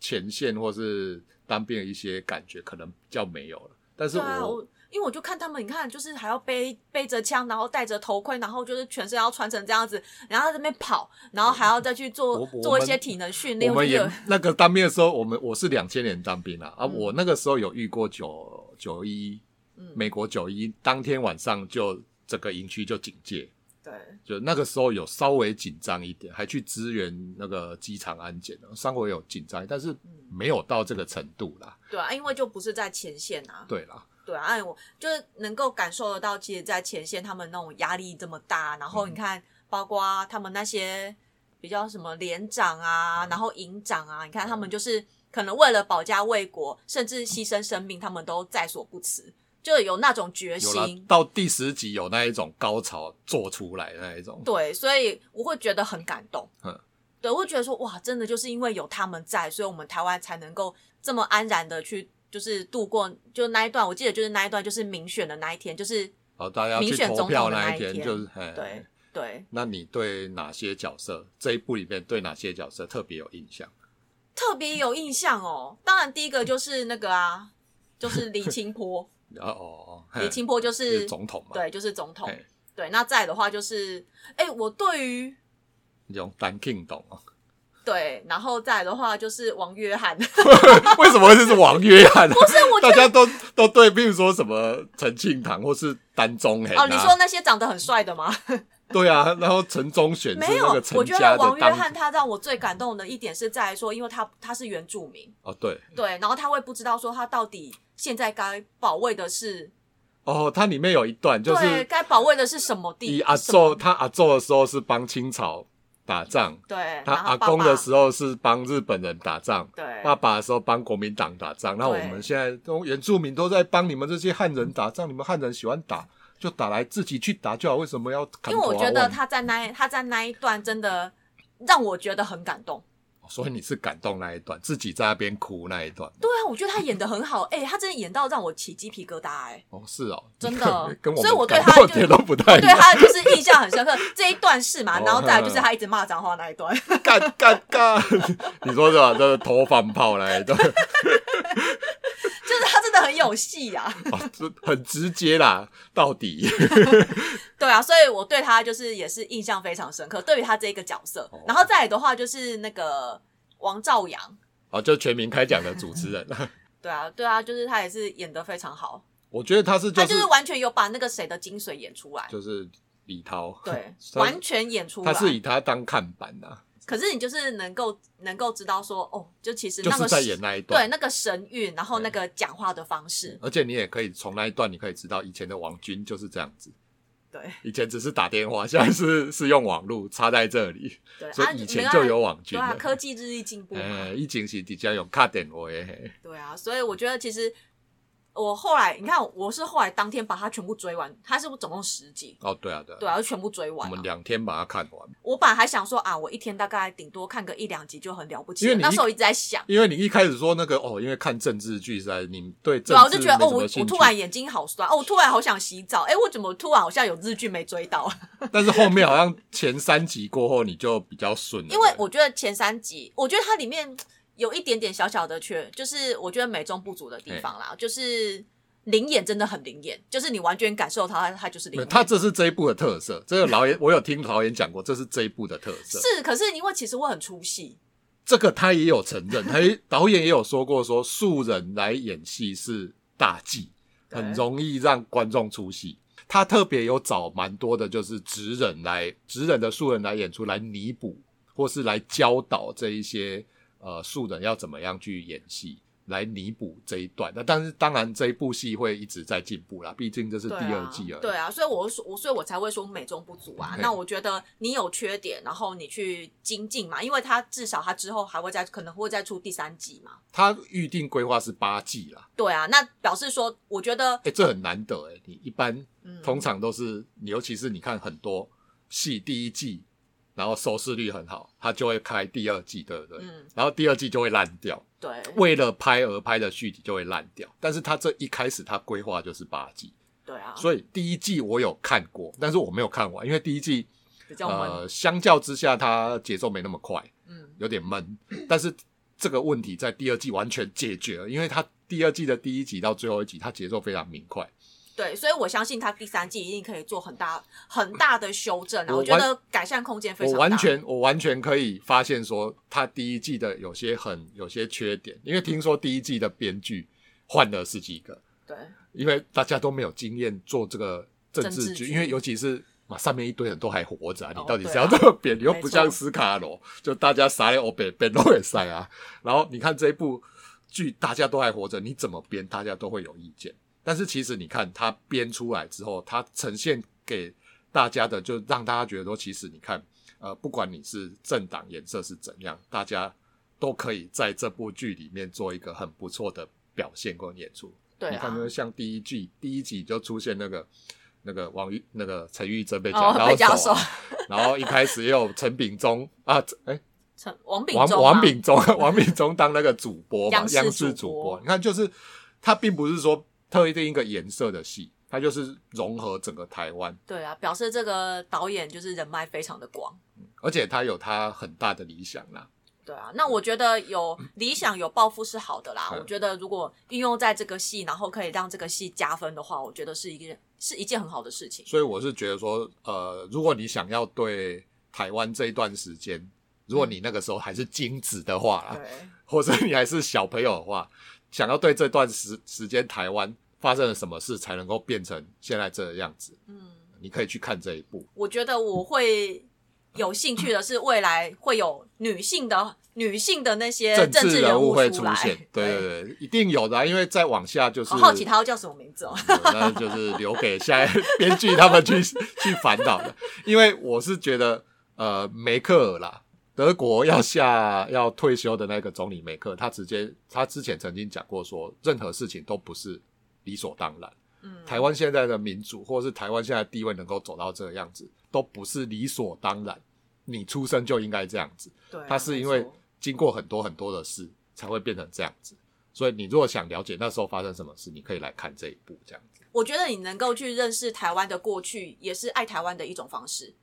B: 前线或是当兵的一些感觉，可能比较没有了。但是
A: 对
B: 我,、
A: 啊，我因为我就看他们，你看就是还要背背着枪，然后戴着头盔，然后就是全身要穿成这样子，然后在那边跑，然后还要再去做
B: 我我
A: 做一
B: 们
A: 些体能训练，
B: 我们
A: 就觉
B: 也
A: 得
B: 那个当兵的时候，我们我是两千年当兵啊，啊，
A: 嗯
B: 我那个时候有遇过九九一
A: 嗯，
B: 美国九一当天晚上就整个营区就警戒，
A: 对，
B: 就那个时候有稍微紧张一点，还去支援那个机场安检啊，稍微有紧张，但是没有到这个程度啦。
A: 对啊，因为就不是在前线啊，
B: 对啦，
A: 对啊，哎，我就是能够感受得到，其实，在前线他们那种压力这么大，然
B: 嗯
A: 后你看，包括他们那些比较什么连长
B: 嗯
A: 啊，然后营长啊，你看他们就是可能为了保家卫国，甚至牺牲生命，他们都在所不辞，就有那种决
B: 有啦，
A: 心。
B: 到第十集有那一种高潮做出来的那一种，
A: 对，所以我会觉得很感动
B: 嗯。
A: 对，我会觉得说，哇，真的就是因为有他们在，所以我们台湾才能够这么安然的去，就是度过，就那一段，我记得就是那一段，就是民选的那一天，就是
B: 好，大家去
A: 民选
B: 投
A: 总
B: 票
A: 统的那
B: 一
A: 一
B: 天
A: 天
B: 就是，哎
A: 对。对，
B: 那你对哪些角色这一部里面对哪些角色特别有印象？
A: 特别有印象哦。当然，第一个就是那个啊，就是李清
B: (laughs)
A: 波，
B: 哦哦哦，
A: 李清波就是是
B: 总统嘛？哎
A: 对，就是总统
B: 嘿。
A: 对，那再来的话就是，哎、我对于
B: 那种单 king 懂哦。
A: 对，然后再来的话就是王约翰， (laughs) 不
B: (laughs) 为什么会是王约翰？不
A: 是我觉
B: 大
A: 得
B: 家都都对，比如说什么陈庆堂或是丹中恒、啊、
A: 哦，你说那些长得很帅的吗？
B: (laughs) 对啊，然后陈忠选是
A: 没有
B: 那个，陈
A: 我觉
B: 家
A: 得
B: 的
A: 王约
B: 当
A: 翰他让我最感动的一点是在于说，因为他他是原住民，
B: 哦，对
A: 对，然后他会不知道说他到底现在该保卫的是，
B: 哦，它里面有一段就
A: 对，
B: 是
A: 该保卫的是什么地？
B: 以阿
A: 什么
B: 昼他阿昼的时候是帮清朝打仗，
A: 对，
B: 他
A: 然后
B: 阿
A: 爸
B: 公的
A: 爸
B: 时候是帮日本人打仗，
A: 对
B: 爸爸的时候帮国民党打仗，那我
A: 对
B: 们现在都原住民都在帮你们这些汉人打仗，你们汉人喜欢打就打来自己去打就好，为什么要砍
A: 因为我
B: 头啊
A: 觉得
B: 问
A: 他在那他在那一段真的让我觉得很感动。
B: 哦所以你是感动那一段，自己在那边哭那一段。
A: 对啊，我觉得他演的很好，哎、他真的演到让我起鸡皮疙瘩、
B: (laughs)
A: 哎，
B: 哦，是哦，
A: 真的
B: (laughs) 跟我
A: 所以我对
B: 感动
A: 他就
B: 的都不太一
A: 对
B: 样。
A: 他就是印象很深刻。这一段是嘛，
B: 哦
A: 然后再来就是他一直骂脏话那一段， (laughs)
B: 干干干！ (laughs) 你说是吧？这是投放炮来的， (laughs)
A: 就是他真的很有戏啊。
B: 哦这很直接啦，到底。 (laughs)
A: 对啊，所以我对他就是也是印象非常深刻，对于他这一个角色。然后再来的话就是那个王兆阳，
B: 哦，就全民开讲的主持人， (laughs)
A: 对啊，对啊，就是他也是演的非常好，
B: 我觉得他是就
A: 他
B: 是
A: 就是完全有把那个谁的精髓演出来，
B: 就是李涛，
A: 对，
B: (laughs)
A: 啊
B: 他
A: 完全演出来。
B: 他是以他当看板呐、啊，
A: 可是你就是能够能够知道说，哦，就其实
B: 就
A: 那
B: 是
A: 个
B: 在演那一
A: 对
B: 段。嗯
A: 那个神韵，然后那个讲话的方式，
B: 而且你也可以从那一段，你可以知道以前的王军就是这样子，
A: 对
B: 以前只是打电话，现 (laughs) 在是是用网络插在这里，
A: 对，
B: 所
A: 啊
B: 以以前
A: 没办法
B: 就有网军
A: 对
B: 了。哎
A: 啊，科技日益进步嘛，
B: 哎，疫情是底下有卡点我耶，
A: 对啊，所以我觉得其实我后来你看，我是后来当天把它全部追完，它是不是总共十集？
B: 哦，对啊，对啊，
A: 对啊，就全部追
B: 我
A: 完、
B: 们
A: 啊。
B: 两天把它看完，
A: 我本来还想说啊，我一天大概顶多看个一两集就很了不起
B: 因
A: 了。
B: 为你一
A: 那时候一直在想，
B: 因为你一开始说那个哦，因为看政治剧实在你对
A: 对
B: 政
A: 啊，我
B: 治
A: 就觉得哦，
B: 没
A: 我
B: 什么
A: 我
B: 兴趣
A: 突然眼睛好酸，哦，我突然好想洗澡，哎，我怎么突然好像有日剧没追到？
B: (laughs)
A: 啊
B: (laughs) 但是后面好像前三集过后你就比较顺了，
A: 因为
B: 对啊
A: 我觉得前三集，我觉得它里面有一点点小小的缺，就是我觉得美中不足的地方啦，就是灵眼真的很灵眼，就是你完全感受它，它就是灵
B: 没有
A: 眼。
B: 他这是这一部的特色，这个导演我有听导演讲过，这是这一部的特色。
A: 是，可是因为其实我很出戏，
B: 这个他也有承认，他也导演也有说过说素人来演戏是大忌，
A: 对
B: 很容易让观众出戏。他特别有找蛮多的，就是职人来职人的素人来演出来弥补，或是来教导这一些呃素人要怎么样去演戏，来弥补这一段。那但是当然这一部戏会一直在进步啦，毕竟这是第
A: 对
B: 二季而
A: 啊
B: 已。，
A: 对啊，所以我说，我所以我才会说美中不足啊。
B: 嘿
A: 那我觉得你有缺点，然后你去精进嘛，因为它至少它之后还会再可能会再出第三季嘛。
B: 他预定规划是八季啦，
A: 对啊，那表示说，我觉得
B: 哎、这很难得哎、你一般
A: 嗯
B: 通常都是，你尤其是你看很多戏第一季，然后收视率很好，它就会开第二季，对不对？
A: 嗯
B: 然后第二季就会烂掉，
A: 对
B: 为了拍而拍的续集就会烂掉。但是它这一开始它规划就是八季，
A: 对啊，
B: 所以第一季我有看过，但是我没有看完，因为第一季
A: 比较闷，
B: 呃相较之下它节奏没那么快，
A: 嗯，
B: 有点闷。但是这个问题在第二季完全解决了，因为它第二季的第一集到最后一集，它节奏非常明快。
A: 对，所以我相信他第三季一定可以做很大很大的修正啊。
B: 我
A: 我觉
B: 完
A: 得改善空间非
B: 我
A: 常大。
B: 完全我完全可以发现说，他第一季的有些很有些缺点，因为听说第一季的编剧换了十几个，
A: 对
B: 因为大家都没有经验做这个政
A: 政
B: 治
A: 治
B: 剧，
A: 剧
B: 因为尤其是。嘛，上面一堆人都还活着啊！你
A: 哦
B: 到底是
A: 对啊
B: 要这么编？你又
A: 没
B: 不
A: 错
B: 像斯卡罗，就大家啥也我编编都会塞啊。然后你看这一部剧，大家都还活着，你怎么编，大家都会有意见。但是其实你看他编出来之后，他呈现给大家的，就让大家觉得说，其实你看，呃，不管你是政党颜色是怎样，大家都可以在这部剧里面做一个很不错的表现跟演出。
A: 对
B: 你看，
A: 啊
B: 就，是像第一季第一集就出现那个那个王玉那个陈玉珍被夹、
A: 哦
B: 然
A: 被
B: 后
A: 夹
B: 手啊、然后一开始也有陈炳忠啊，哎、
A: 陈王炳啊
B: 王
A: 忠
B: 王
A: 嘛
B: 炳忠，王炳忠当那个主播嘛，
A: 央视
B: 央视
A: 主
B: 主
A: 播
B: 播。你看，就是他并不是说特定一个颜色的戏，他就是融合整个台湾，
A: 对啊，表示这个导演就是人脉非常的广。
B: 而且他有他很大的理想啦。
A: 对啊，那我觉得有理想有抱负是好的啦。
B: 嗯
A: 我觉得如果运用在这个戏，然后可以让这个戏加分的话，我觉得是一件是一件很好的事情。
B: 所以我是觉得说，呃，如果你想要对台湾这一段时间，如果你那个时候还是精子的话啦，
A: 嗯对，
B: 或者你还是小朋友的话，想要对这段时时间台湾发生了什么事才能够变成现在这个样子，
A: 嗯，
B: 你可以去看这一部。
A: 我觉得我会有兴趣的是，未来会有女性的女性的那些
B: 政
A: 呃政
B: 治人
A: 人
B: 物会
A: 出
B: 出
A: 来 (laughs)
B: 现，对对对，一定有的啊、因为再往下就是
A: 好好
B: (laughs)
A: 奇他要叫什么名字哦。
B: 嗯那就是留给下一 (laughs) 编剧他们去
A: (laughs)
B: 去烦恼的。因为我是觉得，呃，梅克尔啦，德国要下要退休的那个总理梅克尔，他直接他之前曾经讲过说，任何事情都不是理所当然。
A: 嗯，
B: 台湾现在的民主，或者是台湾现在的地位能够走到这个样子，都不是理所当然。你出生就应该这样子，
A: 对啊，
B: 它是因为经过很多很多的事才会变成这样子。所以你如果想了解那时候发生什么事，你可以来看这一部这样子。
A: 我觉得你能够去认识台湾的过去，也是爱台湾的一种方式。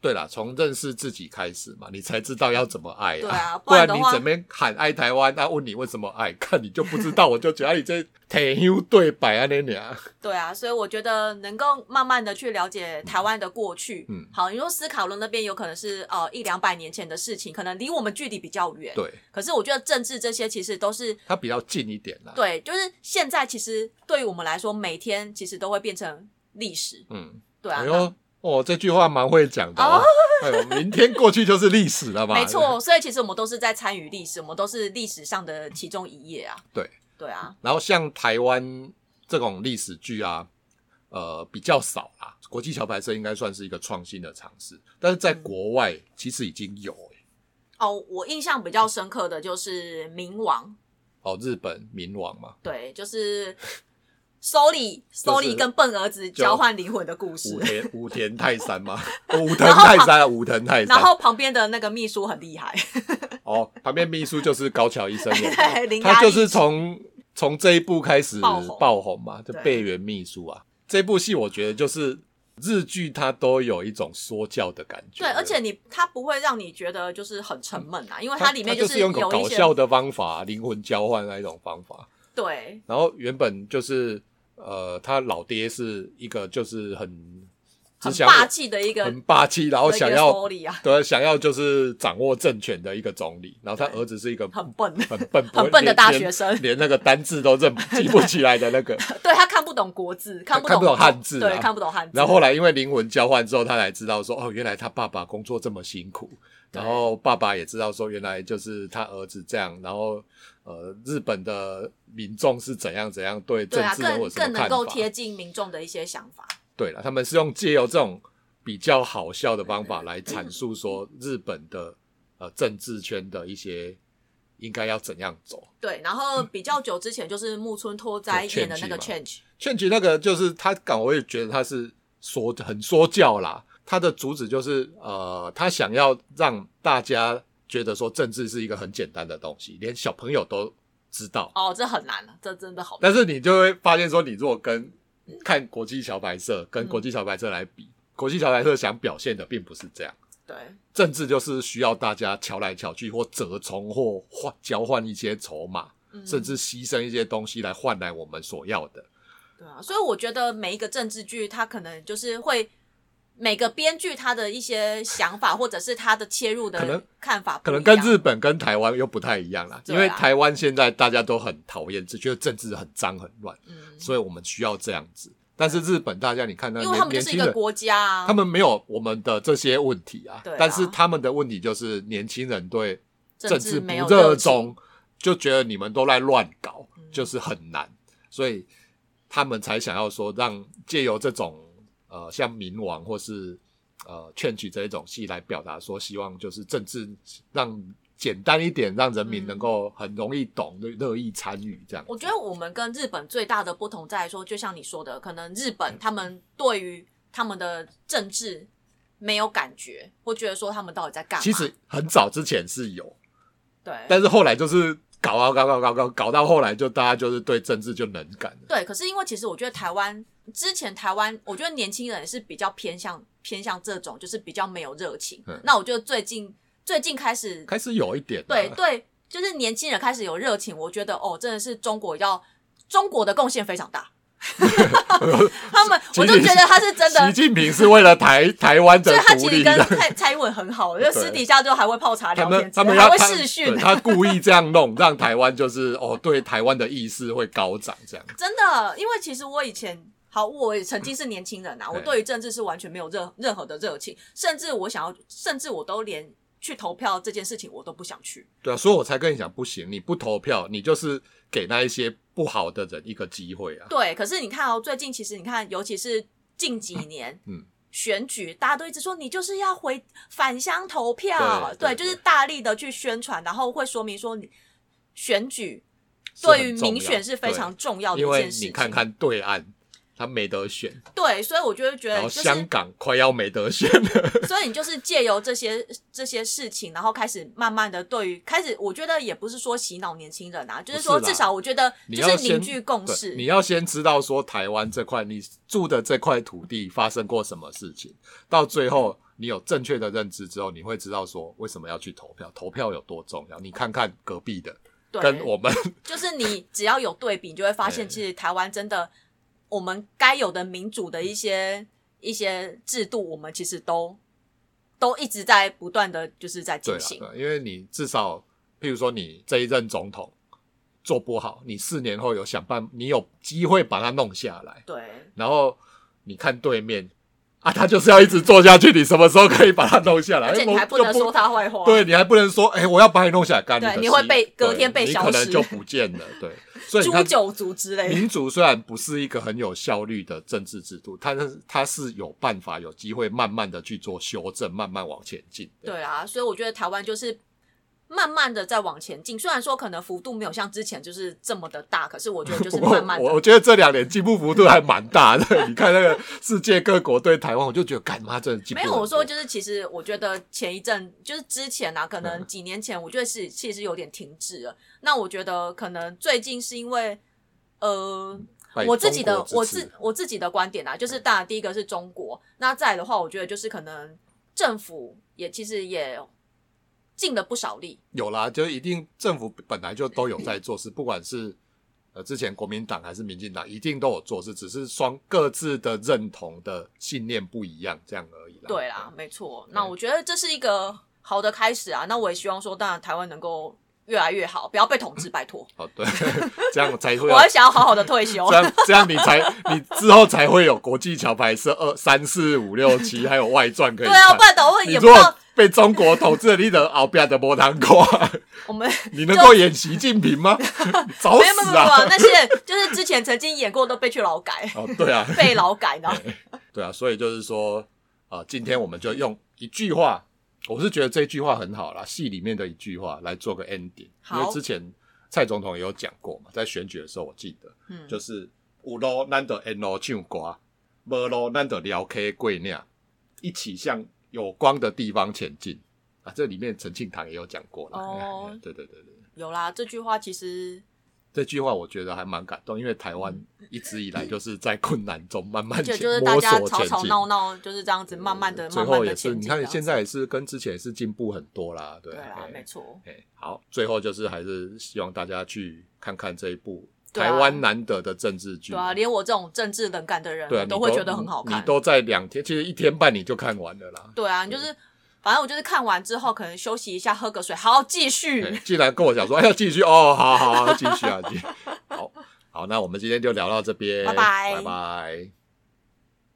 B: 对啦，从认识自己开始嘛，你才知道要怎么爱
A: 对啊不
B: 不
A: 然
B: 然
A: 的
B: 你
A: 话
B: 整边喊爱台湾，他、问你为什么爱，看你就不知道，我就觉得啊你这铁牛对白啊那俩。
A: 对啊，所以我觉得能够慢慢的去了解台湾的过去。
B: 嗯
A: 好，你说斯卡罗那边有可能是呃一两百年前的事情，可能离我们距离比较远。，
B: 对，
A: 可是我觉得政治这些其实都是
B: 它比较近一点啦。，
A: 对，就是现在其实对于我们来说，每天其实都会变成历史。
B: 嗯，
A: 对啊，
B: 哎
A: 那
B: 呦，哦，这句话蛮会讲的、哦。哎呦，明天过去就是历史了嘛。
A: 没错，所以其实我们都是在参与历史，我们都是历史上的其中一页啊。
B: 对，
A: 对啊，
B: 然后像台湾这种历史剧啊，呃，比较少啦。国际桥牌社应该算是一个创新的尝试，但是在国外
A: 嗯
B: 其实已经有、欸、
A: 哦，我印象比较深刻的就是冥王，
B: 哦，日本冥王嘛，
A: 对，就是收礼收
B: (laughs) 就
A: 礼
B: 是
A: 跟笨儿子交换灵魂的故事
B: 武。田武田泰
A: (laughs)
B: 山吗？哦武藤泰山啊，武藤泰山
A: 然。后旁边的那个秘书很厉害，
B: 哦，旁边秘书就是高桥医生
A: (laughs)
B: 演
A: 对
B: 的，
A: 伶
B: 他
A: 牙俐齿
B: 就是从从这一部开始
A: 爆红
B: 爆红嘛，就
A: 对
B: 备员秘书啊。这部戏我觉得就是日剧，它都有一种说教的感觉。
A: 对，而且你他不会让你觉得就是很沉闷啊，因为
B: 它
A: 里面
B: 它就是用
A: 有
B: 一种
A: 一
B: 搞
A: 些
B: 笑的方法，灵魂交换啊那一种方法。
A: 对
B: 然后原本就是呃，他老爹是一个就是很只
A: 很
B: 想
A: 霸气的一个
B: 很霸气，然后
A: 的一
B: 想
A: 个
B: 要
A: 收礼 (laughs) 啊，
B: 对想要就是掌握政权的一个总理，然后他
A: 对
B: 儿子是一个
A: 很笨，
B: 很
A: (laughs)
B: 笨不会
A: 很笨的
B: 连
A: 大
B: 连
A: 学生
B: 连那个单字都
A: (laughs)
B: 认不记不起来的那个。
A: 对他看不懂国字，看不
B: 看不懂汉字啊
A: 对，看不懂汉字。
B: 然后后来因为灵魂交换之后，他才知道说哦，原来他爸爸工作这么辛苦，
A: 对
B: 然后爸爸也知道说原来就是他儿子这样，然后呃日本的民众是怎样怎样对
A: 对
B: 政
A: 啊，
B: 治人物有
A: 更
B: 什
A: 更
B: 么
A: 能
B: 看
A: 够
B: 法。
A: 贴近民众的一些想法。
B: 对了，他们是用借由这种比较好笑的方法来阐述说日本的呃政治圈的一些应该要怎样走。
A: 对，然后比较久之前就是木村拓哉
B: 对
A: 演的那个
B: 嗯 Change
A: Change，
B: 劝举那个就是他感，我也觉得他是说很说教啦。他的主旨就是呃，他想要让大家觉得说政治是一个很简单的东西，连小朋友都知道。
A: 哦，这很难了，这真的好难。
B: 但是你就会发现说，你如果跟看国际小白社跟国际小白社来比，国际小白社想表现的并不是这样。
A: 对
B: 政治就是需要大家瞧来瞧去，或折冲，或换交换一些筹码，
A: 嗯
B: 甚至牺牲一些东西来换来我们所要的。
A: 对啊，所以我觉得每一个政治剧，它可能就是会每个编剧他的一些想法，或者是他的切入
B: 可能
A: 的看法不
B: 可
A: 一
B: 能
A: 样，
B: 跟日本跟台湾又不太一样啦，
A: 对
B: 因
A: 啊
B: 为台湾现在大家都很讨厌，只觉得政治很脏很乱，
A: 嗯，
B: 所以我们需要这样子。但是日本大家你看那
A: 因为他们
B: 年
A: 就
B: 呃年
A: 是一
B: 轻
A: 个
B: 人，
A: 国家啊，
B: 他们没有我们的这些问题啊，
A: 对啊
B: 但是他们的问题就是年轻人对政
A: 治
B: 不
A: 没有
B: 热
A: 情嗯
B: 衷，，就觉得你们都在乱搞，就是很难，所以他们才想要说让借由这种呃像冥王或是呃劝举这一种戏来表达说，希望就是政治让简单一点，让人民
A: 嗯
B: 能够很容易懂、乐乐意参与这样。
A: 我觉得我们跟日本最大的不同在于说，就像你说的，可能日
B: 嗯
A: 本他们对于他们的政治没有感觉，会觉得说他们到底在干嘛？
B: 其实很早之前是有，
A: 对，
B: 但是后来就是搞啊搞搞搞搞搞到后来就大家就是对政治就冷感了。
A: 对，可是因为其实我觉得台湾之前台湾，我觉得年轻人是比较偏向偏向这种，就是比较没有热情。
B: 嗯
A: 那我觉得最近最近开始，
B: 开始有一点啊
A: 对对，就是年轻人开始有热情，我觉得哦，真的是中国要中国的贡献非常大。 (laughs) 他们，我就
B: 其实
A: 觉得他是真的，
B: 习近平是为了台台湾的
A: 所以他
B: 独
A: 其
B: 立
A: 实
B: 的
A: 跟。蔡蔡英文很好，就私底下就还会泡茶
B: 他
A: 聊
B: 们
A: 天，
B: 他们
A: 还
B: 要
A: 会
B: 他
A: 视讯啊
B: 对，他故意这样弄，让台湾就是哦，对台湾的意识会高涨这样。
A: 真的。因为其实我以前好，我也曾经是年轻人啊，我对于政治是完全没有任任何的热情，甚至我想要，甚至我都连去投票这件事情我都不想去。
B: 对啊，所以我才跟你讲，不行，你不投票，你就是给那一些不好的人一个机会啊。
A: 对，可是你看哦，最近其实你看，尤其是近几年，
B: (laughs) 嗯。
A: 选举，大家都一直说你就是要回返乡投票，
B: 对对
A: 就是大力的去宣传，然后会说明说你选举
B: 是很
A: 对于
B: 重
A: 民
B: 要
A: 选是非
B: 对
A: 常重要的一
B: 因为
A: 件事情。
B: 你看看对岸，他没得选，
A: 对，所以我就会觉
B: 然
A: 得，
B: 后
A: 就
B: 香
A: 是，
B: 港快要没得选了。
A: 所以你就是借由这些这些事情，然后开始慢慢的对于开始，我觉得也不是说洗脑年轻人啊，就是说
B: 不是啦
A: 至少我觉得
B: 你
A: 就是
B: 要先
A: 凝聚共识
B: 对你。要先知道说台湾这块你住的这块土地发生过什么事情，到最后你有正确的认知之后，你会知道说为什么要去投票，投票有多重要。你看看隔壁的跟
A: 对，
B: 我们 (laughs)
A: 就是你只要有对比，你就会发现，
B: 对
A: 其实台湾真的我们该有的民主的一些一些制度，我们其实都都一直在不断的就是在
B: 对
A: 进
B: 啦
A: 行。
B: 对，因啊为你至少，譬如说你这一任总统做不好，你四年后有想办，你有机会把它弄下来。
A: 对
B: 然后你看对面啊，他就是要一直做下去，你什么时候可以把它弄下来？哎
A: 而且你
B: 我
A: 还不
B: 就
A: 能说他坏话。
B: 对你还不能说，哎、我要把你弄下来，干
A: 对
B: 的
A: 你会
B: 事
A: 被隔
B: 对
A: 天被消
B: 你可能
A: 失
B: 就不见了。
A: (laughs)
B: 对，所以你
A: 诛
B: 看，
A: 九族之类的。
B: 民主虽哎然不是一个很有效率的政治制度，它是它是有办法、有机会慢慢的去做修正，慢慢往前进的。
A: 对啊，所以我觉得台湾就是慢慢的在往前进。虽然说可能幅度没有像之前就是这么的大，可是我觉得就
B: 不
A: 是
B: 过
A: 慢慢
B: (laughs) 我我
A: 的。
B: 觉得这两年进步幅度还蛮大的。 (laughs) 你看那个世界各国对台湾，我就觉得干妈真的进步
A: 没
B: 很
A: 有，
B: 多。
A: 我说就是，其实我觉得前一阵就是之前啊，可
B: 嗯
A: 能几年前，我觉得是其实有点停滞了。那我觉得可能最近是因为，呃，
B: 拜
A: 我自己的
B: 中国
A: 我
B: 之嗯
A: 自我自己的观点啊，就是当然第一个是中国，那再来的话，我觉得就是可能政府也其实也尽了不少力，
B: 有啦，就一定政府本来就都有在做事，不管是呃之前国民党还是民进党，一定都有做事，只是双各自的认同的信念不一样这样而已啦。
A: 对啦，没错。那
B: 对
A: 我觉得这是一个好的开始啊。那我也希望说，当然台湾能够越来越好，不要被统治，拜托。
B: 哦对，这样才会
A: (laughs) 我
B: 有
A: 还想要好好的退
B: (laughs)
A: 休
B: 这。样这样你才你之后才会有国际桥牌社二三四五六七，还有外传可以
A: 对
B: 看。
A: 啊，不然等会
B: 你
A: 也
B: 如
A: 不知道
B: 果被中国统治，你的鳌边的波糖瓜，
A: 我们。
B: (laughs) 你能够演习近平
A: (laughs)
B: 吗？ (laughs) 你找
A: 没有没有没
B: 死
A: 有，没
B: 啊，
A: 有！那些人就是之前曾经演过都被去劳改
B: (laughs) 哦，对啊，
A: 被劳改呢。
B: 对啊，所以就是说，啊，今天我们就用一句话，我是觉得这句话很好啦，戏里面的一句话来做个 ending，因
A: 好
B: 为之前蔡总统也有讲过嘛，在选举的时候我记得，
A: 嗯
B: 就是有路咱就沿路唱歌，无路咱就聊 K 跪那，一起向有光的地方前进。啊，这里面陈庆堂也有讲过啦。
A: 哦
B: 对对对对，
A: 有啦，这句话其实
B: 这句话我觉得还蛮感动，因为台湾一直以来就是在困难中慢慢
A: 而
B: 前
A: 且就是大
B: 摸
A: 家
B: 索
A: 吵
B: 前
A: 吵
B: 进。
A: 闹闹，就是这样子慢慢的、
B: 最
A: 慢慢
B: 后
A: 的
B: 也是，
A: 前
B: 你
A: 进。
B: 看现
A: 这样
B: 在也是跟之前也是进步很多啦，对
A: 对啊，
B: 哎
A: 没错，
B: 哎，好，最后就是还是希望大家去看看这一部
A: 对啊
B: 台湾难得的政治剧，
A: 对啊，连我这种政治冷感的人
B: 对啊，
A: 我
B: 你
A: 都会觉得很好
B: 你
A: 看
B: 你。都在两天，其实一天半你就看完了啦。
A: 对啊，你就是反正我就是看完之后可能休息一下，喝个水，好继
B: 哎
A: 续。
B: 既然跟我讲说，哎，要继续哦，好好好，继续啊，继续。好好，那我们今天就聊到这边，
A: 拜拜
B: 拜拜。